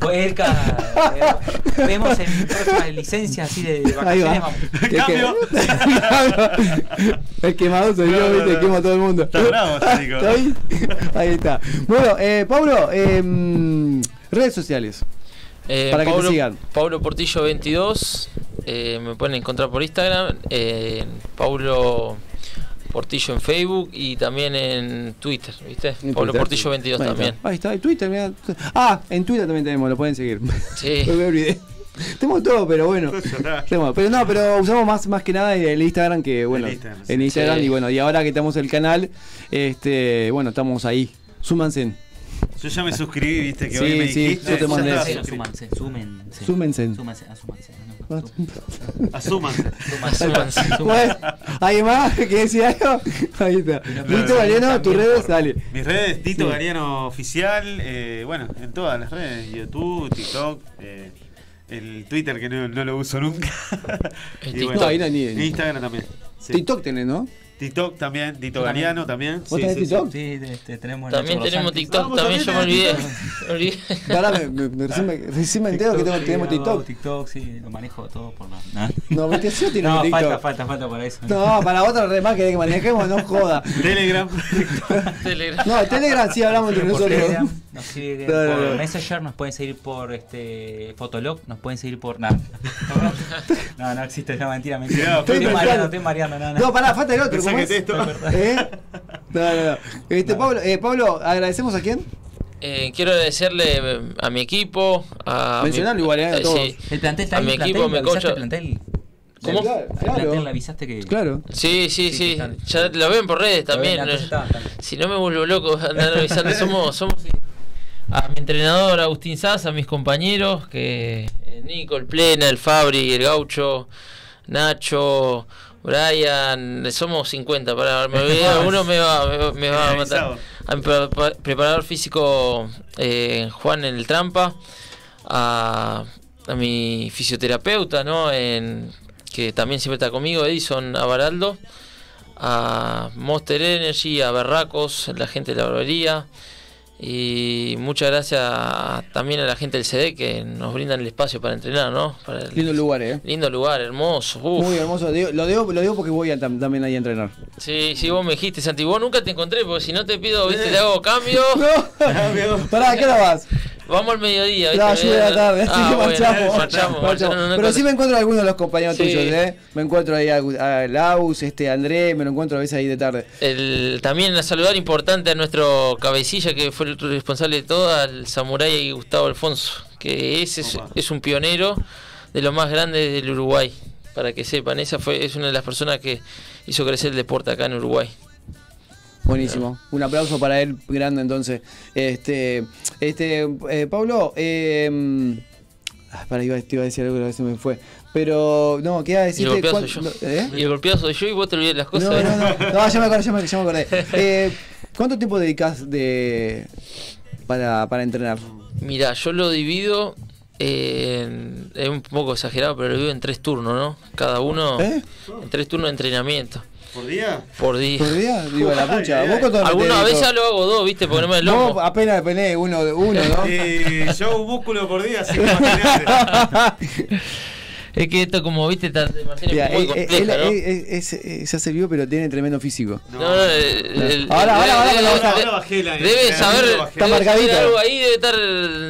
A: Pues cada. Vemos en próxima licencia así de, de
B: ahí
A: vacaciones.
B: va.
A: Vamos.
B: El que-
H: Cambio.
B: el quemado soy yo,
H: No, no,
B: viste,
H: no.
B: quemo a todo el mundo.
H: Está bravo, este chico.
B: Estoy- Ahí está. Bueno, eh, Pablo, em, redes sociales.
F: Eh,
B: Para que te
F: Pablo,
B: sigan.
F: Pablo Portillo 22. eh, me pueden encontrar por Instagram. eh, Pablo Portillo en Facebook y también en Twitter, ¿viste?
B: En
F: Pablo
B: Twitter.
F: Portillo 22
B: Ahí está.
F: también.
B: Ahí está, el Twitter, mirá. Ah, en Twitter también tenemos, lo pueden seguir.
F: Sí.
B: No me olvidé. Tenemos todo, pero bueno. Tenemos- pero no, pero usamos más, más que nada el Instagram que bueno.
H: El Instagram, sí.
B: el Instagram
F: Sí.
B: y bueno, y ahora que tenemos el canal, este, bueno, estamos ahí. Súmanse.
H: Yo ya me suscribí, viste, que
B: Sí,
H: hoy me
B: sí,
H: dijiste.
B: yo te
H: ya
B: mandé.
H: estaba
A: Sí, no,
H: suscrito.
A: súmanse, súmense.
B: Súmense.
A: Súmense, ah, súmense, no,
B: Ah.
H: Asuman.
A: súmense, súmense,
B: Bueno, ¿Alguien más que decir algo? Ahí está. Listo, Galeano, tus redes, dale.
H: Mis redes, Tito
B: Sí.
H: Galeano Oficial, eh, bueno, en todas las redes, YouTube, TikTok, eh, el Twitter que no, no lo uso nunca.
F: El
H: Y
F: TikTok.
H: bueno,
B: No, ahí no, ni- ni-
H: Instagram también. sí.
B: TikTok tenés, ¿no?
H: TikTok también, Tito
A: Yo también.
H: Galeano también.
B: ¿Vos tenés TikTok?
A: Sí, te- te- tenemos el
F: También
A: Nacho
F: tenemos
A: Rosanti.
F: TikTok,
H: Vamos,
F: también yo me
H: también
F: olvidé.
H: tenemos
F: me olvidé.
B: Pará, me- me- me- recién me, recién me entero que tengo-
A: sí,
B: tenemos
A: hago
B: TikTok.
A: TikTok, sí, lo manejo todo por la.
B: No, viste, sí, tiene
A: no,
B: un TikTok.
A: falta, falta, falta para eso.
B: No, para otra red más que que manejemos, no joda.
H: Telegram.
F: Telegram.
B: No, Telegram sí hablamos entre
A: Pero por
B: nosotros.
A: Telegram, nos siguen
B: No, no,
A: por
B: no.
A: Messenger, nos pueden seguir por este Fotolog, nos pueden seguir por nada. No, no existe, no, mentira, mentira.
H: Cuidado,
A: Estoy,
B: estoy
A: mareando,
B: pensando.
A: estoy mareando, no, no.
B: No, pará, falta el otro.
H: Pensá
B: ¿cómo
H: que
B: es?
H: esto.
B: ¿Eh? No, no, no. Este, Pablo, eh, Pablo, ¿agradecemos a quién?
F: Eh, quiero agradecerle eh, a mi equipo, a mi-
B: Mencionalo igual, eh, a todos.
F: sí.
A: El plantel está
F: A
A: ahí,
F: mi
A: el plantel,
F: equipo,
A: ¿le
F: mi
A: avisaste
F: coach.
A: al plantel?
F: ¿Cómo?
B: Claro,
A: Al plantel le
B: claro.
A: avisaste que.
B: Claro.
F: Sí, sí,
A: Sí,
F: sí.
A: que están.
F: Ya lo ven por redes
A: Lo ven,
F: también.
A: entonces estaban, estaban.
F: Si no me vuelvo loco, andar revisando. somos, somos a mi entrenador Agustín Sass, a mis compañeros, que eh, Nico, el Plena, el Fabri, el Gaucho, Nacho, Brian, somos 50, para me olvidé, alguno me va, me, va- me va a matar. A mi pre- pre- preparador físico eh, Juan en el Trampa, a, a mi fisioterapeuta, ¿no? En- que también siempre está conmigo, Edison Abaraldo a Monster Energy, a Berracos, la gente de la barbería. Y muchas gracias a- también a la gente del CD que nos brindan el espacio para entrenar, ¿no? Para el-
B: Lindo lugar, eh.
F: Lindo lugar, hermoso. uf.
B: Muy hermoso. Digo- Lo digo, lo digo porque voy a tam- también ahí a entrenar.
F: Sí, sí, vos me dijiste, Santi, vos nunca te encontré, porque si no te pido, viste, te hago cambio.
H: Ah,
B: No. Pará, ¿a ¿qué hora vas?
F: Vamos al mediodía,
B: No,
F: viste.
B: yo voy a la tarde, así
F: Ah,
B: que
F: bueno,
B: marchamos.
F: marchamos,
B: marchamos.
F: marchamos,
B: Pero sí
F: no encontré.
B: me encuentro a algunos de los compañeros
F: Sí.
B: tuyos, ¿eh? Me encuentro ahí a, a Laus, este, a André, me lo encuentro a veces ahí de tarde.
F: El- también a saludar importante a nuestro cabecilla que fue el responsable de todo, al samurái Gustavo Alfonso, que ese es, es un pionero de los más grandes del Uruguay. Para que sepan, esa fue es una de las personas que hizo crecer el deporte acá en Uruguay.
B: Buenísimo. Un aplauso para él, grande entonces. Este, este, eh, Pablo, eh, ah, para iba, te iba a decir algo, a veces me fue. Pero, no, ¿qué iba a
F: Y
B: decirte?
F: el golpeado soy
B: ¿Cuál-
F: yo.
B: no, ¿eh?
F: Y el golpeado soy yo y vos te olvidás las cosas.
B: No,
F: ¿eh?
B: no, no, no, ya me acordé, ya me, ya me acordé. Eh, ¿Cuánto tiempo dedicas de para, para entrenar?
F: Mira, yo lo divido, eh, en- es un poco exagerado, pero lo divido en tres turnos, ¿no? Cada uno
B: ¿Eh?
F: en tres turnos de entrenamiento
H: ¿Por día?
F: por día.
B: ¿Por día? Digo, la pucha. ¿Vos cuánto
F: Algunas
B: te dedicas?
F: veces lo hago dos, viste, porque no me
B: Vos
F: loco.
B: apenas peleé uno, de uno, ¿no?
H: Eh, yo hago un músculo por día, así que imagínate.
F: Es que esto, como viste, está de Marcelo
B: Mira,
F: es muy
B: él- él- eh,
F: compleja, ¿no?
B: él- él- es- es- se hace vivo, pero tiene tremendo físico.
F: No, no, el- el-
B: Ahora, ahora, ahora,
F: debe-
B: ahora,
F: debe-
H: ahora bajé la-
F: Debe
H: la-
F: saber,
H: la-
B: está
F: debe saber
B: marcadita.
F: algo ahí, debe estar,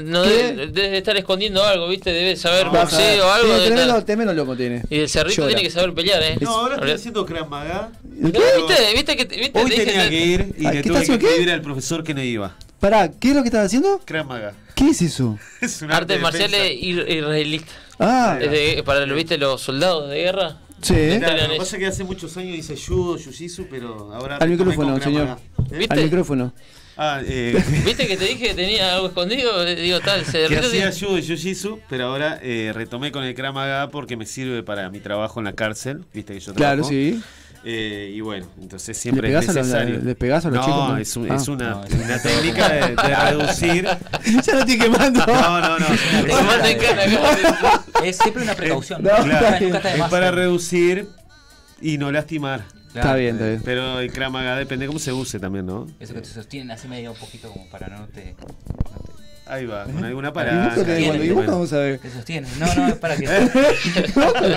F: no
B: ¿Qué?
F: debe, debe estar escondiendo algo, viste, debe saber
B: Vas a ver.
F: boxeo, algo.
B: Tiene
F: debe
B: tremendo,
F: estar-
B: tremendo loco tiene.
F: Y el cerrito
B: Llora.
F: tiene que saber pelear, eh.
H: No, ahora estoy
F: Ahora-
H: haciendo Krav Maga.
F: No, viste, viste que, viste,
H: Hoy
F: te dije
H: tenía
F: que-
H: que ir y
B: Ah,
H: le
B: ¿qué estás
H: tuve que
B: haciendo? ¿Qué?
H: pedir al profesor que no iba.
B: Pará, ¿qué es lo que estás haciendo?
H: Krav Maga.
B: ¿Qué es eso?
H: Es un arte
F: artes
H: de
F: marciales
H: defensa.
F: ir- israelita.
B: Ah,
F: Es de- para lo viste los soldados de guerra.
B: sí. ¿eh?
H: Claro, lo
F: Pelean
H: que
F: eso.
H: pasa es que hace muchos años hice judo, jiu-jitsu, pero ahora...
B: Al
H: retomé
B: micrófono,
H: con Krav
B: señor.
H: Maga.
B: Al
F: ¿Viste?
B: micrófono.
H: Ah, eh...
F: ¿Viste que te dije que tenía algo escondido? Eh, Digo, tal, el
H: Que
F: cerrito.
H: hacía
F: tiene-
H: judo y jiu-jitsu, pero ahora eh, retomé con el Krav Maga porque me sirve para mi trabajo en la cárcel. Viste que yo
B: Claro,
H: trabajo.
B: sí.
H: Eh, y bueno, entonces siempre
B: pegás a
H: es
B: los-
H: necesario.
B: le pegás a los
H: no,
B: chicos, no?
H: es, un-
B: Ah.
H: es una,
A: No, es-
H: una técnica de, de reducir.
B: ya lo estoy quemando.
H: No, no, no.
F: Te mando en cara, acá.
A: Es siempre una precaución.
B: No,
A: Nunca-
H: claro.
A: nunca está de
H: Es
A: más.
H: para reducir y no lastimar.
B: Está bien, está
H: Eh,
B: bien.
H: Pero el Krav Maga depende cómo se use también, ¿no?
A: Eso que te sostienen así medio un poquito como para no te. no
H: Ahí va, con alguna
B: ¿Y vos
H: parada.
B: qué tenés
A: bien,
B: cuando- ¿Y vos cómo sabés?
A: te- Te sostienen. No, no, es para que.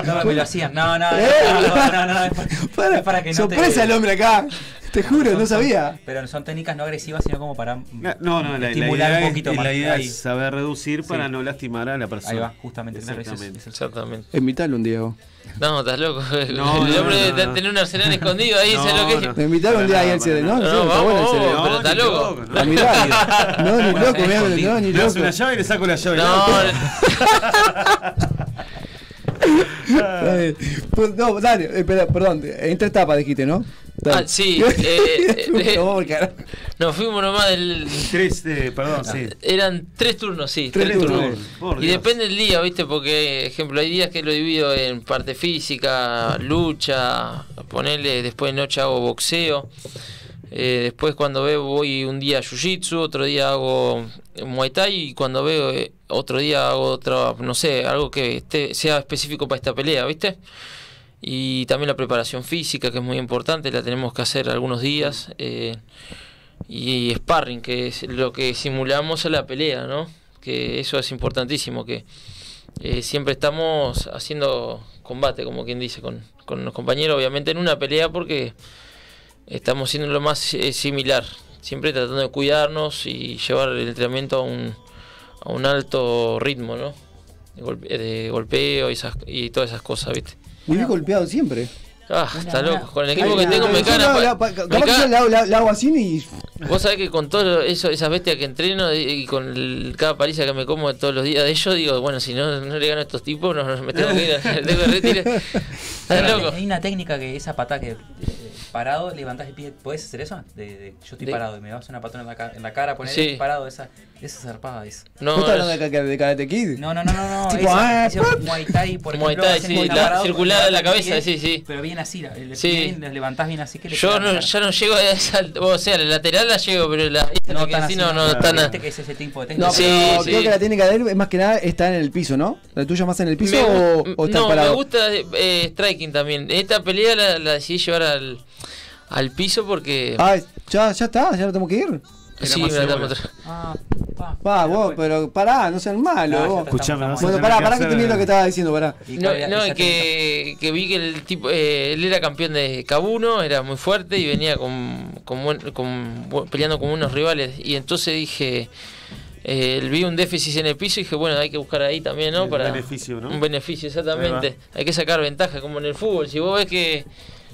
A: No, me lo hacían. No, no, no, no, no, no, es para-
B: Eh. Para,
A: es para que no te.
B: sorpresa el hombre acá. Te juro,
A: Son-
B: no
A: son-
B: sabía.
A: Pero son técnicas no agresivas, sino como para mm,
H: No, no, la- la,
A: estimular
H: idea,
A: un poquito
H: es,
A: más.
H: la idea
A: ahí,
H: es saber reducir para no lastimar a la persona.
A: ahí va, justamente. claro, eso es-
H: Exactamente.
A: eso es-
F: Exactamente.
B: Invítalo un día vos.
F: No, estás loco. el
H: no,
F: hombre
H: no,
F: debe
H: no.
F: tener un arsenal escondido ahí, ¿sabes lo que es?
B: Me invitaron un día ahí al CD, ¿no? Ah,
F: No,
B: Sí, está
F: vamos,
B: bueno el
F: vamos,
B: CD.
F: pero
H: No,
F: está
H: ni
F: loco.
H: loco,
B: Ah, mirá. No, ni loco, mirá, no, ni
H: Le das
B: loco.
H: una llave y le saco la llave.
F: No,
H: ¿no?
B: Eh, pues, No, dale, espera, perdón, eh, en tres tapas dijiste, ¿no? Dale.
F: Ah, sí, eh, eh,
B: No, por carajo.
F: nos fuimos nomás del.
H: Tres, eh, perdón, sí.
F: Eran tres turnos, sí.
B: Tres
F: Tres, turnos.
B: turnos,
H: por
F: Y
H: Dios.
F: depende del día, ¿viste? Porque, ejemplo, hay días que lo divido en parte física, lucha, ponerle, después de noche hago boxeo. Eh, después cuando veo voy un día a jiu-jitsu, otro día hago muay thai y cuando veo eh, otro día hago otra, no sé, algo que esté, sea específico para esta pelea, ¿viste? Y también la preparación física, que es muy importante, la tenemos que hacer algunos días. eh, y sparring, que es lo que simulamos a la pelea, ¿no? Que eso es importantísimo, que eh, siempre estamos haciendo combate, como quien dice, con, con los compañeros, obviamente en una pelea porque estamos siendo lo más eh, similar, siempre tratando de cuidarnos y llevar el entrenamiento a un, a un alto ritmo, ¿no? De, golpe- eh, de golpeo y, esas- y todas esas cosas, ¿viste?
B: Viví golpeado siempre.
F: Ah, está
A: una-
F: loco, con el equipo que
B: Ay,
F: tengo
B: no,
F: me
B: yo
F: gana
B: no, la-
F: pa-
B: pa-
F: me
B: Capaz que
F: gana-
B: yo la hago- la la hago así y.
F: Vos sabés que con todo eso, esas bestias que entreno y, y con el- cada paliza que me como todos los días de ellos, digo, bueno, si no, no le gano a estos tipos, no, no, me tengo que ir, a- tengo que retirar. Estás
A: Ahora,
F: loco.
A: Hay una técnica que esa patada que eh, parado levantás el pie. ¿Podés hacer eso? De, de- yo estoy
F: De-
A: parado y me vas una patada en la, ca- en la cara, poner
F: Sí.
A: parado esa. Esa zarpada es.
F: No,
B: ¿Vos estás hablando de,
F: es-
B: ca- de Karate Kid?
A: No, no, no, no, no.
B: Tipo,
A: esa-
B: ah,
A: esa
B: ¡pum!
A: Muay Thai, por
F: Muay
A: ejemplo.
F: Thai,
A: hacen
F: sí,
A: con
F: la
A: parado,
F: circulada de la
A: con
F: cabeza,
A: bien,
F: sí, sí.
A: Pero bien así, la- el-
F: Sí.
A: bien, la levantás bien así. ¿qué le
F: Yo
A: pegás?
F: no, ya no llego a esa. O sea, la lateral la llego, pero la.
A: No
F: la que
A: tan
F: sí,
A: así,
F: no, no,
H: claro.
F: tan. a-
A: Viste que es ese tipo de
B: No,
A: técnica.
F: Sí,
B: pero
F: sí.
B: creo que la técnica de él es más que nada está en el piso, ¿no? ¿La tuya más en el piso
F: Me
B: o,
F: gu-
B: o está
F: no,
B: parado?
F: me gusta eh, striking también. Esta pelea la, la decidí llevar al, al piso porque.
B: Ah, ya, ya está, ya no tengo que ir.
F: sí,
H: más
F: me la
H: seguro.
F: otra.
A: Ah, pa.
B: Va, vos, pero pará, no seas malo.
A: No, ya
B: vos.
A: está,
H: Escuchame,
A: estamos-
H: vas a
B: Bueno,
H: tener
B: pará,
H: que
B: pará que
H: hacer-
B: te miro lo que estaba diciendo, pará.
A: Y
F: No,
A: cuál-
F: no,
A: esa técnica.
F: que, que vi que el tipo. eh, él era campeón de K1, era muy fuerte y venía con, con buen- con bu- peleando con unos rivales. Y entonces dije. eh, vi un déficit en el piso y dije, bueno, hay que buscar ahí también, ¿no?
H: Un beneficio, ¿no?
F: Un beneficio, exactamente.
H: Ahí
F: Hay que sacar ventaja, como en el fútbol. Si vos ves que.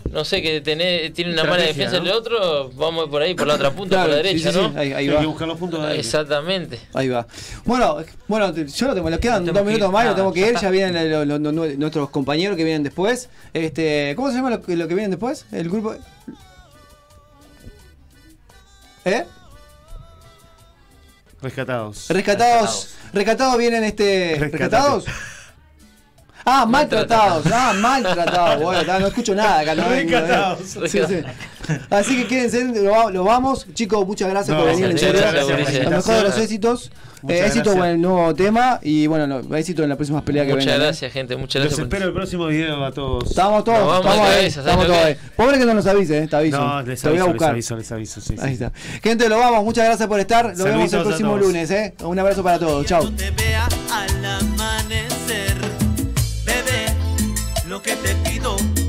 F: No sé, que tenés, tiene una mala
H: Estrategia,
F: defensa
H: ¿no?
F: el otro, vamos por ahí, por la otra punta,
B: Claro,
F: por la
B: sí,
F: derecha,
B: sí, sí,
F: ¿no?
B: ahí, ahí
H: Hay que
B: va.
H: buscar los puntos de
F: Ah,
H: ahí.
F: Exactamente.
B: Ahí va. Bueno, bueno, te- yo no tengo, nos quedan
A: No tengo
B: dos
A: que ir.
B: minutos más, lo
A: Ah,
B: tengo que
A: ya
B: ir,
A: está.
B: ya vienen lo- lo- lo- nue- nuestros compañeros que vienen después. Este, ¿cómo se llama lo, que- lo que vienen después? El grupo. ¿Eh?
H: Rescatados.
B: Rescatados. Rescatados vienen este.
H: Rescatados.
B: Rescatados. Ah, maltratados. Ah, maltratados. Bueno, está, no escucho nada acá. ¿no?
H: Rescatados.
B: Sí, sí. Así que quédense, lo, va- lo vamos. Chicos, muchas gracias
H: No,
B: por venir. en
F: muchas
B: serio.
F: gracias por
B: Lo mejor
F: la
B: de los
F: invitación.
B: éxitos.
H: Muchas
B: Eh, éxito
H: gracias.
B: con el nuevo tema y bueno, no, éxito en las próximas peleas que
F: Muchas
B: vengan. ¿eh?
F: gracias, gente. Muchas
H: Los
F: gracias. por-
H: espero el próximo video a todos.
B: Estamos todos,
F: Nos vamos de
B: estamos ahí,
F: cabeza, ¿sabes
B: estamos
F: lo
B: todos
F: que
B: ahí. Pobre que no nos avise, eh, te aviso.
H: No, les
B: te voy a
H: aviso, les
B: buscar.
H: aviso, les aviso. sí, sí.
B: Ahí está. Gente, lo vamos, muchas gracias por estar. Nos vemos
H: Saluditos
B: el
H: a
B: próximo
H: todos.
B: lunes, eh. Un abrazo para todos. Chao.
I: Yo te vea al amanecer, bebé, lo que te pido